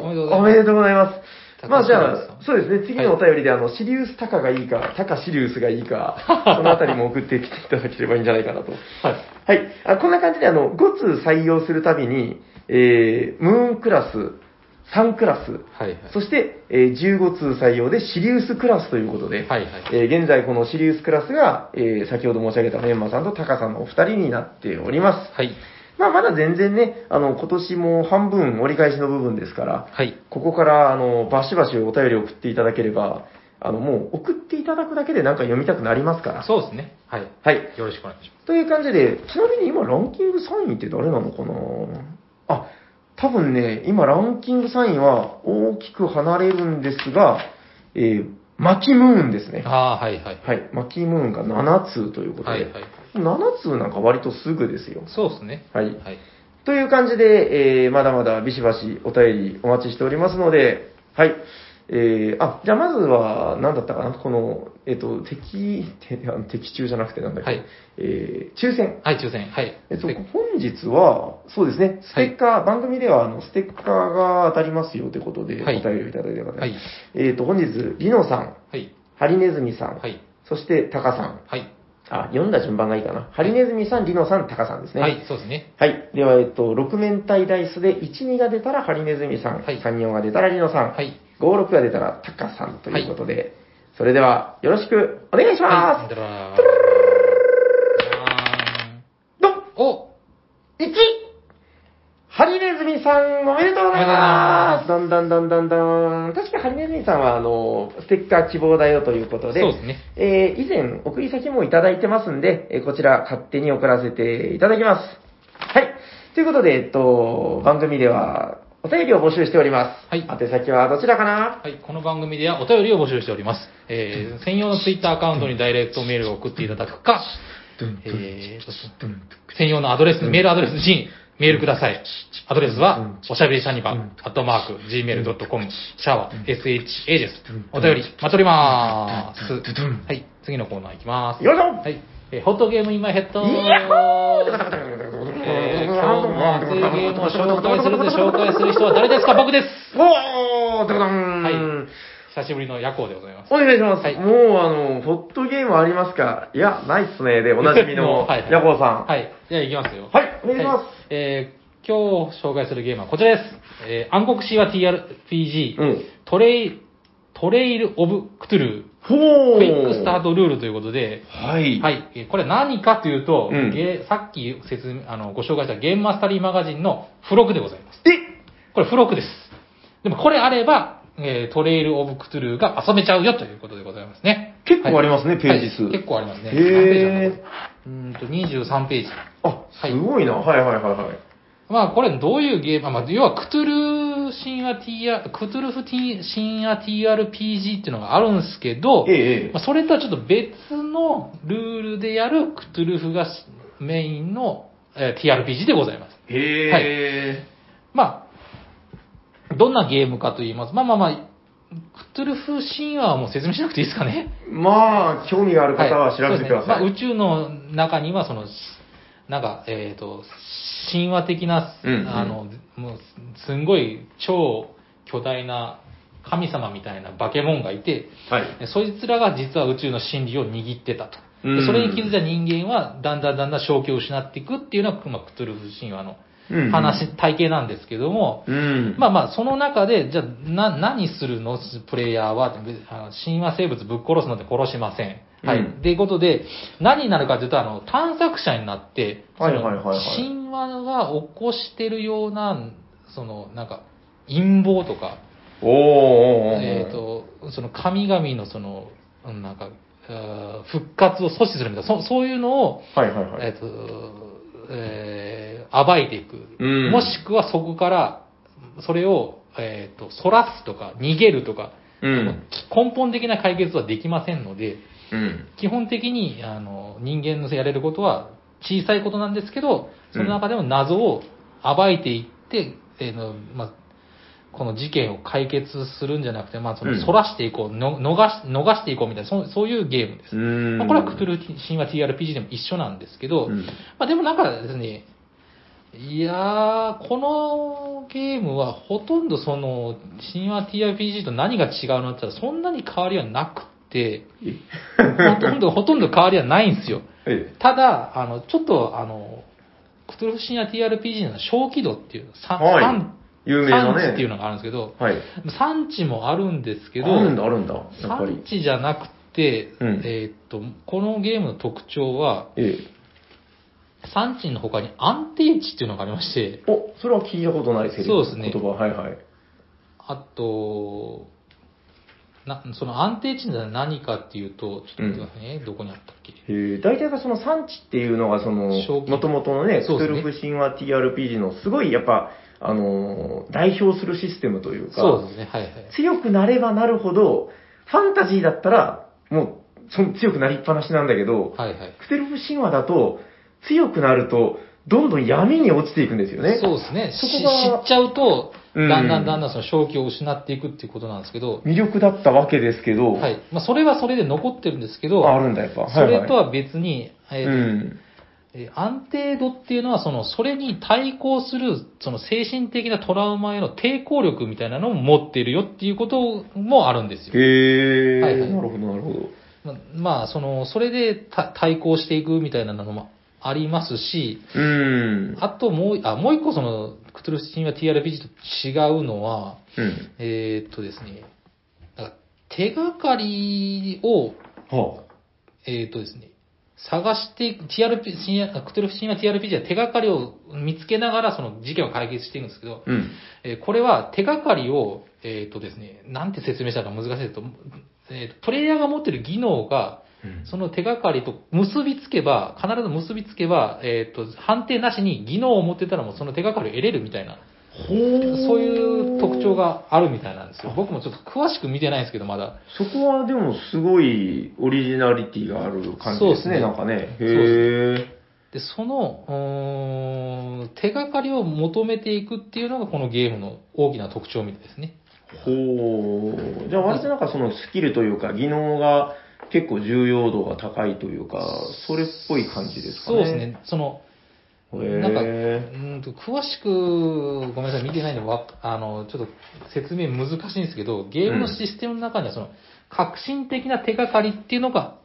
A: おめでとうございます
B: おめでとうございます。
A: タカ
B: まあじ
A: シリ
B: ゃ
A: ウスさ
B: あ
A: ん、
B: そうですね、次のお便りで、あの、シリウスタカがいいか、タカシリウスがい いか、そのあたりも送ってきていただければいいんじゃないかなと。
A: はい。
B: はい。あこんな感じで、あの、5通採用するたびに、えー、ムーンクラス、サンクラス、
A: はいはい。
B: そして、えー15通採用でシリウスクラスということで、
A: はいはい。
B: えー現在このシリウスクラスが、えー先ほど申し上げたメンマさんとタカさんのお二人になっております。
A: はい。
B: まあ、まだ全然ね、あの、今年も半分折り返しの部分ですから、
A: はい。
B: ここから、あの、バシバシお便り送っていただければ、あの、もう送っていただくだけでなんか読みたくなりますから。
A: そうですね。はい。
B: はい。
A: よろしくお願いしま
B: という感じで、ちなみに今ランキング3位って誰なのかなあ、多分ね、今ランキング3位は大きく離れるんですが、えー、マキムーンですね
A: す。。ああ、はいはい。
B: はい。マキムーンが7通ということで、
A: はいはい。
B: 7通なんか割とすぐですよ。
A: そうですね。
B: はい。
A: はい。
B: という感じで、えー、まだまだビシバシお便りお待ちしておりますので、はい。えー、あ、じゃあまずは、何だったかなこの、えっ、と、敵、てあの敵中じゃなくてなんだっけ、
A: はい
B: えー、抽選。
A: はい、抽選。はい。
B: えっと、
A: で
B: 本日は、そうですね、ステッカー、番組ではあのステッカーが当たりますよということで、
A: はい
B: お便りをいただいた方、
A: はい。
B: えっと、本日、リノさん、
A: はい。
B: ハリネズミさん、
A: はい。
B: そしてタカさん。
A: はい。
B: あ、読んだ順番がいいかな。ハリネズミさん、リノさん、タカさんですね。
A: はい、そうですね。
B: はい。では、えっと、6面体ダイスで、1、2が出たらハリネズミさん、
A: はい
B: 3、4が出たらリノさん、
A: はい。
B: 5、6が出たらタカさんということで、それでは、よろしくお願いしま
A: はい。
B: す、
A: だらー
B: ドン
A: お
B: 1! ハリネズミさん、おめでとうございますどんどんどんどんどん。確かハリネズミさんは、あの、ステッカー希望だよということ
A: そう
B: で、
A: ですね。
B: えー以前、送り先もいただいてますんで、えーこちら、勝手に送らせていただきます。はい。ということで、えっと、番組では、お便りを募集しております。
A: はい
B: 宛先はどちらかな
A: はい、この番組ではお便りを募集しております。えー、専用のツイッターアカウントにダイレクトメールを送っていただくか、えー、専用のアドレス、メールアドレスにメールください。アドレスは、おしゃべりシャニバン、アットマーク、gmail.com、シャワー、sha です。お便り、待っております。はい、次のコーナーいきます。
B: よいしょ
A: はい、えーホットゲーム今ヘッド
B: イヤッホー
A: えー今日も熱いゲームを紹介するで紹介する人は誰ですか僕です
B: おードドン
A: はい久しぶりの夜行でございます。
B: お願いします。
A: はい
B: もう、あの、ホットゲームありますかいや、ないっすね。で、おなじ みの、
A: はい
B: ヤコウさん。
A: はい。じゃあ、いきますよ。
B: はいお願いします
A: えー今日紹介するゲームはこちらです。えー暗黒神話 TRPG、
B: うん。
A: トレイ、トレイル・オブ・クトゥル
B: ほ
A: ー、
B: ー
A: クイックスタートルールということで、
B: はい。
A: はい。えーこれ何かというと、
B: うん
A: ゲーさっき説明、あの、ご紹介したゲームマスタリーマガジンの付録でございます。
B: え
A: これ付録です。でもこれあれば、えートレイル・オブ・クトゥルーが遊べちゃうよということでございますね。
B: 結構ありますね
A: はい
B: ページ数
A: はい結構ありますね。
B: へー
A: 何ページなんだこれうーんと、23ページ。
B: あ、
A: はい
B: すごいな。はいはいはいはい。
A: まあこれどういうゲーム、まあ要はクトゥルー神話 TR、クトゥルフ神話 TRPG っていうのがあるんですけど、
B: ええ
A: まあ、それとはちょっと別のルールでやるクトゥルフがメインの、えー TRPG でございます。
B: へえ。
A: まあ、どんなゲームかと言います。まあまあまあ、クトゥルフ神話はもう説明しなくていいですかね。
B: まあ、興味がある方は調べてくださ。
A: はいいそうですねまあ、宇宙の中にはその、なんか、えっ、と、神話的な、
B: うんうん
A: あの、もう、すんごい超巨大な神様みたいな化け物がいて、
B: はい。
A: そいつらが実は宇宙の真理を握ってたと。
B: う
A: で
B: ん
A: それに気づいた人間は、だんだんだんだん正気を失っていくっていうのが、まあ、クトゥルフ神話の
B: うん
A: 話、。体系なんですけども、
B: うん。
A: まあまあ、その中で、じゃあ、な、何するのプレイヤーは、ぶあの神話生物ぶっ殺すので殺しません。はい。
B: うん
A: っていうことで、何になるかというと、あの、探索者になって、
B: はいはいはいはい
A: その神話が起こしてるような、その、なんか、陰謀とか、
B: おーおーおー
A: えっ、と、その神々のその、うんなんか、あー復活を阻止するみたいな、そそういうのを、
B: はいはいはい。
A: えっ、と、えー暴いていく。
B: うん
A: もしくはそこから、それを、えっ、と、そらすとか、逃げるとか、
B: うん。
A: 根本的な解決はできませんので、
B: うん。
A: 基本的に、あの、人間のやれることは小さいことなんですけど、その中でも謎を暴いていって、えーの、まあ、この事件を解決するんじゃなくて、まあ、そ
B: うん
A: の、そらしていこう、の逃し、逃していこうみたいな、そうそういうゲームです。
B: うん。
A: まあ、これはクトゥルー神話 TRPG でも一緒なんですけど、
B: うん
A: まあ、でもなんかですね、いやー、このゲームはほとんどその神話 TRPG と何が違うのって言ったらそんなに変わりはなくて、ほとんど、ほとんど変わりはないんですよ。
B: え
A: ただ、あの、ちょっと、あの、クトゥルフ神話 TRPG の小規度っていう、さ
B: はい
A: 産
B: 有名なね
A: 産地っていうのがあるんですけど、
B: はい。
A: 産地もあるんですけど、
B: あるんだ、あるんだ。やっぱ
A: 産
B: り。
A: 地じゃなくて、
B: うん
A: えーっと、このゲームの特徴は、
B: ええ。
A: 産地の他に安定地っていうのがありまして、
B: お、それは聞いたことないセリフ。
A: そうですね
B: 言葉、はいはい。
A: あと、なその安定地って何かっていうと、ちょっと待ってくださいね、どこにあったっけ
B: えー大体がその産地っていうのがその、
A: 将棋
B: もともとのね、ス
A: そう
B: ク
A: ですね
B: ルフ神話 TRPG のすごいやっぱ、あのー代表するシステムというか、
A: そうですね、はいはい。
B: 強くなればなるほど、ファンタジーだったら、もう、その強くなりっぱなしなんだけど、
A: はいはい。
B: クテルフ神話だと、強くなると、どんどん闇に落ちていくんですよね。
A: そうですね。
B: そ
A: し
B: こ
A: 知
B: が
A: っちゃうと、
B: うん
A: だんだんだんだんその正気を失っていくっていうことなんですけど、
B: 魅力だったわけですけど、
A: はい。まあ、それはそれで残ってるんですけど、
B: ああるんだやっぱ。
A: それと
B: は
A: は別に、
B: い
A: えー
B: い、うん。
A: えー安定度っていうのは、その、それに対抗する、その精神的なトラウマへの抵抗力みたいなのも持っているよっていうこともあるんですよ。
B: へえ、
A: はいはい
B: なるほど、なるほど。
A: ままあ、その、それでた対抗していくみたいなのもありますし、
B: うん。
A: あともう、あ、もう一個その、クトゥルフ神話 TRPG と違うのは、
B: うん。
A: えーっとですね、なんか手がかりを、
B: は
A: えーっとですね、探していく、TRP、深夜クトゥルフ神話 TRPG は手がかりを見つけながらその事件を解決していくんですけど
B: あ、、うん。
A: えーこれは手がかりを、えーっとですね、なんて説明したら難しいですと、えーっとプレイヤーが持ってる技能が、その手がかりと結びつけば、必ず結びつけば、えーっと、判定なしに技能を持ってたらもうその手がかりを得れるみたいな。
B: ほー
A: そういう特徴。があるみたいなんですよ。僕もちょっと詳しく見てないんですけど、まだ。
B: そこはでもすごいオリジナリティがある感じ
A: そ
B: で
A: うですす
B: ね、
A: ね
B: なんかね。
A: そうで
B: へ
A: で、その、うーん手がかりを求めていくっていうのがこのゲームの大きな特徴みたいですね。
B: え。ほう。じゃあ割となんかそのスキルというか技能が結構重要度が高いというか、それっぽい感じですか
A: そう
B: ね。
A: です。ね。その、なんか、う
B: へえ。
A: ーんと詳しく、ごめんなさい、見てないんで、わあの、ちょっと説明難しいんですけど、ゲームのシステムの中にはその、革新的な手がかりっていうのが、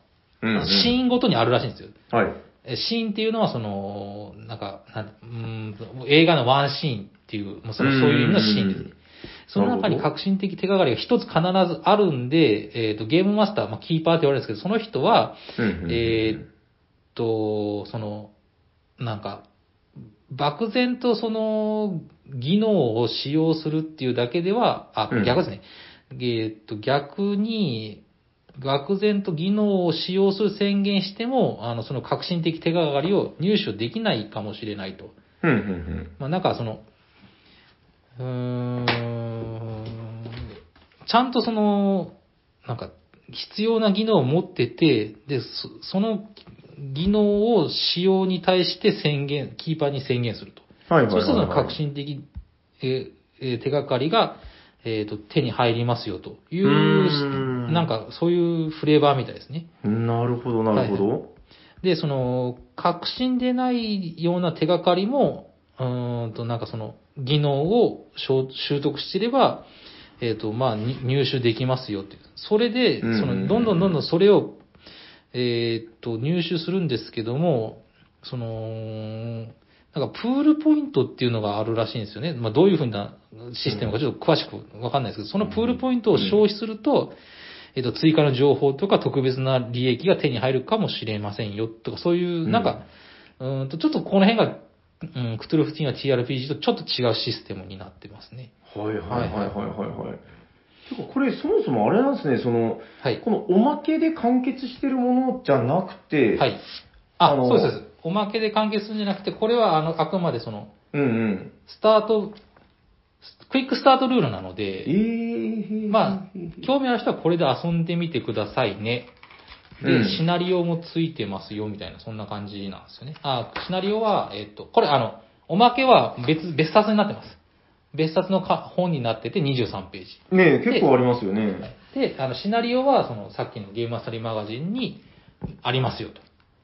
B: うんうん
A: シーンごとにあるらしいんですよ。
B: はい。
A: えシーンっていうのは、その、なんか、なんうーん映画のワンシーンっていう、もうその
B: うん
A: そういう意味のシーンですね。その中
B: な
A: に
B: るほど
A: 革新的手がかりが一つ必ずあるんで、えっ、と、ゲームマスター、まあ、キーパーって言われるんですけど、その人は、
B: うんうん
A: えーっと、その、なんか、漠然とその、技能を使用するっていうだけでは、あ、こ
B: うん
A: れ逆ですね。えーっと、逆に、漠然と技能を使用する宣言しても、あの、その革新的手がかりを入手できないかもしれないと。
B: うんうん
A: まあ、なんかその、うーん、ちゃんとその、なんか、必要な技能を持ってて、で、そその技能を使用に対して宣言、キーパーに宣言すると。
B: うん。はいはいはい、はい。
A: そしたらその革新的、えーえー手がかりが、えっ、と、手に入りますよという
B: うーん
A: なんかそういうフレーバーみたいですね。
B: なるほど、なるほど。
A: で、その、確信でないような手がかりも、うーんと、なんかその、技能を習習得していれば、えっ、と、まあ、に入手できますよっていう。それで、そ
B: うんうんうん
A: の、どんどんどんどんそれを、えっ、と、入手するんですけども、その、なんか、プールポイントっていうのがあるらしいんですよね。まあ、どういうふうなシステムかちょっと詳しくわかんないですけど、そのプールポイントを消費すると、えっと、追加の情報とか特別な利益が手に入るかもしれませんよとか、そういう、なんか、うーんと、ちょっとこの辺が、うん、クトゥルフティンは TRPG とちょっと違うシステムになってますね。
B: はいはいはいはいはいはい。てかこれそもそもあれなんですね、その、
A: はい。
B: このおまけで完結してるものじゃなくて、
A: はい。あ、
B: あの
A: そうですそうです。おまけで完結するんじゃなくて、これは、あの、あくまでその、
B: うんうん。
A: スタート、クイックスタートルールなので、
B: えー、
A: まあ、興味ある人はこれで遊んでみてくださいね。で、
B: うん
A: シナリオもついてますよ、みたいな、そんな感じなんですよね。あ、シナリオは、えっ、と、これ、あの、おまけは別、別冊になってます。別冊のか本になってて23ページ。
B: ねえ結構ありますよね。
A: で、あの、シナリオは、その、さっきのゲームマスタリーマガジンにありますよと。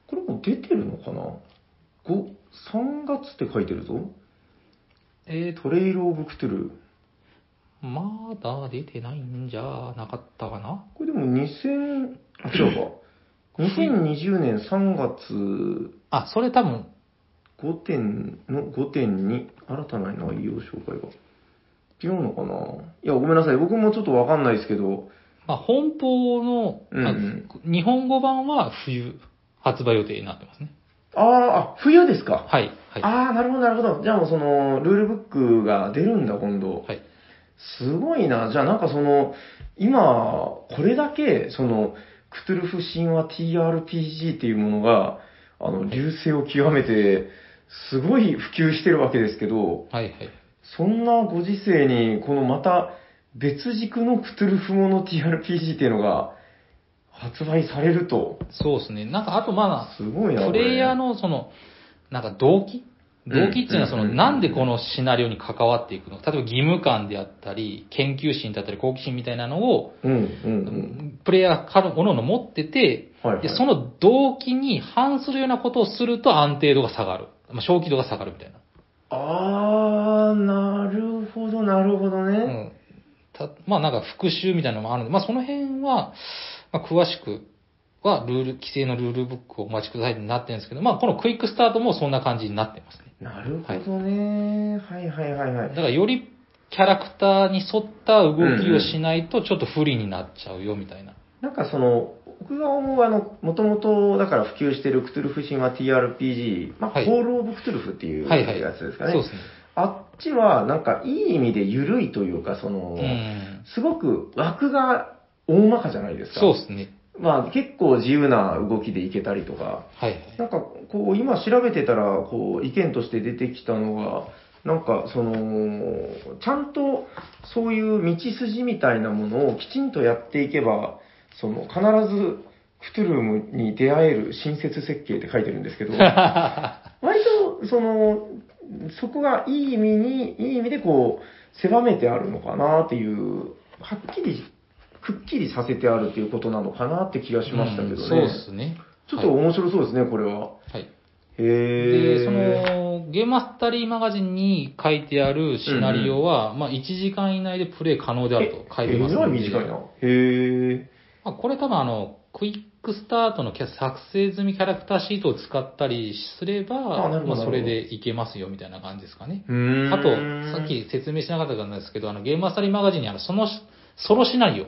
B: これもう出てるのかな ?5、3月って書いてるぞ。
A: えー
B: トレイル・オブ・クトゥルー。
A: と、まだ出てないんじゃなかったかな
B: これでも2000、あ、違う か。2020年3月
A: あ、それ多分、
B: 5点の5点に新たな内容紹介が。違うのかないや、ごめんなさい。僕もちょっとわかんないですけど。
A: まあ、本邦の、
B: うんうん
A: あ日本語版は冬発売予定になってますね。
B: あああ、あ冬ですか。
A: はい。はい。
B: ああ、なるほど、なるほど。じゃあもうその、ルールブックが出るんだ、今度。
A: はい。
B: すごいな。じゃあなんかその、今、これだけ、その、クトゥルフ神話 TRPG っていうものが、あの、流星を極めて、すごい普及してるわけですけど、
A: はい。はい。
B: そんなご時世に、このまた別軸のクトゥルフもの TRPG っていうのが発売されると、
A: そうですね。なんか、あとます
B: ごいな。
A: あ、プレイヤー
B: こ
A: のその、なんか動機動機っていうのはその、
B: うんうんうん
A: なんでこのシナリオに関わっていくのか例えば義務感であったり、研究心だったり、好奇心みたいなのを、
B: れ、うん、うん、
A: プレイヤー各々の持ってて、
B: うん。はい、はい。
A: で、その動機に反するようなことをすると安定度が下がる。まあ、正気度が下がるみたいな。
B: あー、なるほど、なるほど
A: う
B: ね。
A: ん。たまあなんか復習みたいなのもあるんで、まあその辺は、まあ詳しくはルール、規制のルールブックをお待ちくださいになってるんですけど、まあこのクイックスタートもそんな感じになってますね。
B: なるほどね。はいはいはいは
A: だ
B: い。
A: からよりキャラクターに沿った動きをしないとちょっと不利になっちゃうよみたいな。
B: なんかその、僕が思う、あの、もともと、だから普及してるクトゥルフ神話 TRPG、まあ、
A: はい
B: コール・オブ・クトゥルフっていう
A: はいはい
B: やつです
A: そ
B: か
A: う
B: ね。
A: ですね。
B: あっちは、なんかいい意味で緩いというか、その、
A: うん。
B: すごく枠が大まかじゃないですか。
A: そうですね。
B: まあ、結構自由な動きでいけたりとか、
A: はいはい。
B: なんかこう今調べてたらこう意見として出てきたのがなんかそのちゃんとそういう道筋みたいなものをきちんとやっていけばその必ずクトゥルムに出会える親切設計って書いてるんです けど割とそのそこがいい意味にいい意味でこう狭めてあるのかなっていうはっきりくっきりさせてあるっていうことなのかなって気がしましたけ
A: う
B: どね。
A: んそうですね。
B: ちょっと面白そうですね、これは。
A: はい。
B: へ
A: で、
B: え。
A: その、ゲームマスタリーマガジンに書いてあるシナリオは、まあ1時間以内でプレイ可能であると書いてます
B: ええらい
A: ので。
B: 短いな。へえ。
A: まあ、これ多分あの、クイックスタートのキャ作成済みキャラクターシートを使ったりすれば、
B: あなるほど
A: まあそれでいけますよみたいな感じですかね。
B: うーん。
A: あと、さっ。き説明しなかったんですけど、あの、ゲームマスタリーマガジンにあの、その、ソロシナリオ、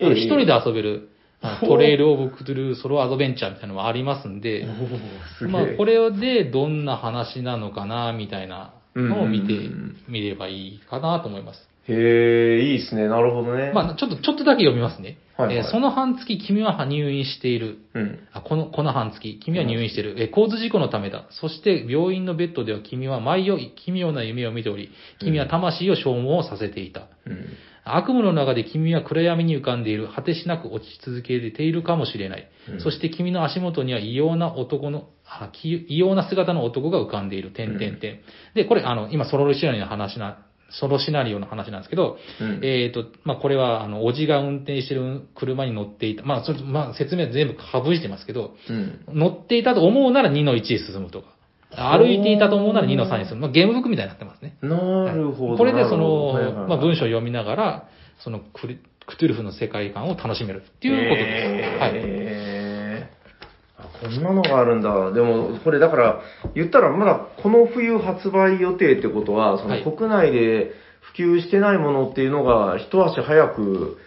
B: ええ
A: 一人で遊べ る、あの
B: ほう
A: トレイル・オブ・クトゥルーソロアドベンチャーみたいなのもありますんで
B: お、ーすげえ。
A: まあ、これでどんな話なのかな、みたいなのを見て
B: うんうんうん
A: みればいいかなと思います。
B: へえ、いいですね。なるほどね。
A: まあ、ちょっと、ちょっとだけ読みますね。
B: はいはい
A: えーその半月、君は入院している。
B: うん。
A: あこの、この半月、君は入院している。えー、交通事故のためだ。そして、病院のベッドでは君は毎夜、奇妙な夢を見ており、君は魂を消耗させていた。
B: うん。
A: 悪夢の中で君は暗闇に浮かんでいる。果てしなく落ち続けているかもしれない。
B: うん
A: そして君の足元には異様な男の、あき異様な姿の男が浮かんでいる。点々点。で、これ、あの、今、ソロシナリオの話な、ソロシナリオの話なんですけど、
B: うん
A: えっ、と、まあ、これは、あの、おじが運転してる車に乗っていた。まあ、それまあ、説明は全部省いてますけど、
B: うん。
A: 乗っていたと思うなら2の1へ進むとか。歩いていたと思うなら2の3に進む。まあ、ゲームブックみたいになってますね。
B: なるほど。
A: これでそ
B: なるほど
A: の、まあ、文章を読みながら、そのクリクトゥルフの世界観を楽しめるっていうことです。はい。
B: へーあこんなのがあるんだ。でも、これだから、言ったらまだこの冬発売予定ってことは、そ
A: は
B: の
A: い
B: 国内で普及してないものっていうのが、一足早く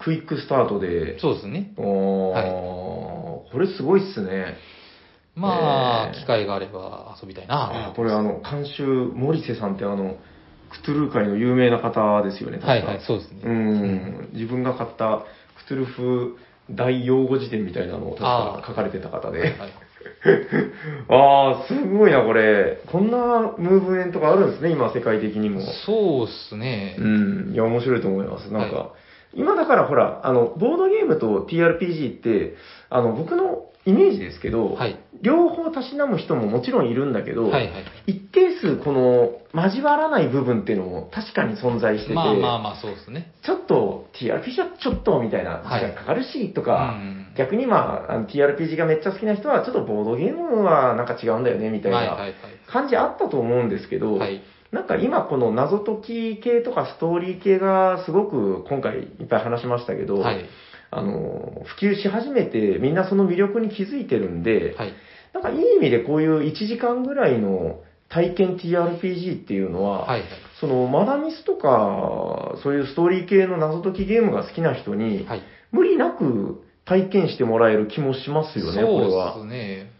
B: クイックスタートで。
A: そうですね。
B: おー
A: はい
B: これすごいっすね。
A: まあ、
B: えー
A: 機会があれば遊びたい
B: あ
A: な。
B: これあの、監修、森瀬さんってあの、クトゥルー界の有名な方ですよね、確か
A: はいはい、そうです
B: う
A: ね。
B: ん、自分が買ったクトゥルフ大用語辞典みたいなのを確か書かれてた方で。
A: はい。
B: ああ、すごいな、これ。こんなムーブメントがあるんですね、今、世界的にも。
A: そうですね
B: う。ん、いや、面白いと思います。なんか、
A: は
B: 今だからほら、あの、ボードゲームと TRPG って、あの、僕のイメージですけど、
A: はい。
B: 両方たしなむ人ももちろんいるんだけど、
A: はいはい。
B: 一定数この交わらない部分っていうのも確かに存在してて、
A: まあまあまあ、そうですね。
B: ちょっと TRPG はちょっとみたいな
A: はい
B: 時間かかるしと
A: う
B: か、
A: ん。
B: 逆にまああの TRPG がめっちゃ好きな人はちょっとボードゲームはなんか違うんだよねみたい
A: はいは
B: ない感じあったと思うんですけど、
A: はい。はい。
B: なんか今この謎解き系とかストーリー系がすごく今回いっぱい話しましたけど、
A: はい。
B: あの普及し始めてみんなその魅力に気づいてるんで、
A: はい。
B: なんかいい意味でこういう1時間ぐらいの体験 TRPG っていうのは、
A: はい。
B: そのマダミスとか、そういうストーリー系の謎解きゲームが好きな人に、
A: はい。
B: 無理なく体験してもらえる気もしますよね、こ
A: そ
B: れ
A: う
B: は。
A: ですね。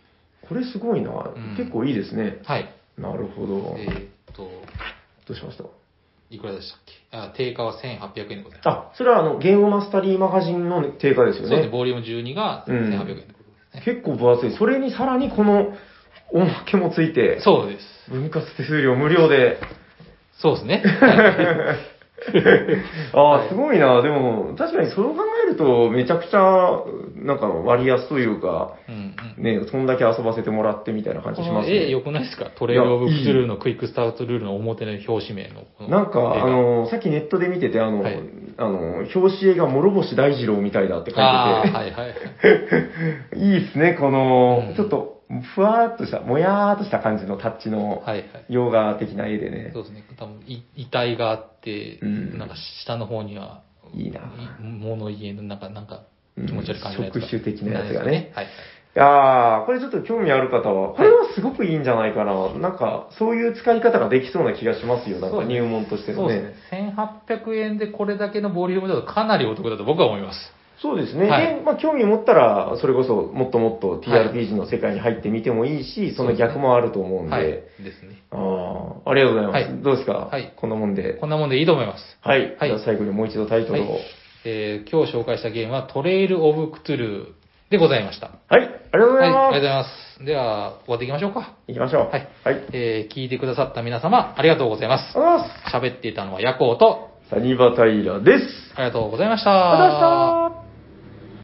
B: これすごいな、
A: ん
B: 結構いいですね。
A: はい。
B: なるほど。
A: えーっと、
B: どうしました
A: いくらでしたっけあ、定価は1800円でございます。
B: あ、それはあの、ゲームマスタリーマガジンの定価です
A: そう
B: よ
A: ですね、
B: ね。
A: ボリューム12が1800円でございますね。
B: 結構分厚い。それにさらにこの、おまけもついて、
A: そうです。
B: 分割手数料無料で。
A: そうですね。 はい
B: ああ、
A: はい
B: すごいな。でも、確かにそう考えると、めちゃくちゃ、なんか割安というか、
A: うんうん
B: ね、そんだけ遊ばせてもらってみたいな感じ
A: こ
B: しま
A: の
B: す
A: 絵
B: ね。
A: 良くないですかトレイルオブク
B: いやいい
A: トゥルーのクイックスタートルールの表の表紙名の。この
B: なん
A: 映
B: か、
A: 画
B: あ、の、さっきネットで見てて、あの、
A: はい
B: あの、表紙絵が諸星大二郎みたいだって書いてて、
A: ああ、はいはい。
B: いいですね、この、
A: うん
B: ちょっと、ふわーっとした、もやーっとした感じのタッチの、
A: はいはい。
B: 洋画的な絵でね
A: そ。うですね。多分い遺体があって、
B: うん
A: なんか下の方には、
B: いいな。
A: い物家のなんか、なんか、気持ち悪い感じのやつが
B: うん触手的なやつがね。
A: はい。
B: あー、これちょっと興味ある方は、これはすごくいいんじゃないかな。なんか、そういう使い方ができそうな気がしますよ。なん
A: そう
B: か
A: ですね
B: 入門として
A: そ
B: の
A: うです
B: ね。
A: ね。1800円でこれだけのボリュームだとかなりお得だと僕は思います。
B: そうですね。
A: はい
B: で、まあ、興味持ったら、それこそ、もっともっと
A: はい
B: TRPG の世界に入ってみてもいいし、そ
A: そう
B: の
A: ですね
B: 逆もあると思うんで。
A: はい。ですね。
B: あー、ありがとうございます。
A: はい
B: どうですか
A: はい
B: こんなもんで。
A: こんなもんでいいと思います。
B: はい。
A: はい
B: じゃあ最後にもう一度タイトルを。
A: はいえー今日紹介したゲームはトレイル・オブ・クトゥルーでございました。
B: はい。ありがとうご
A: は
B: ざ
A: い、ありが
B: い
A: とうご
B: ま
A: ざいます。では、終わっていきましょうか。
B: す。行きましょう。
A: はい。
B: はい。ありがとう
A: えー聞いてくださった皆様、ありがとうございます
B: ご。ざいます。
A: 喋っていたのはヤコウと、
B: サニバタイラです。
A: ありがとうございました。
B: ありがとうございました。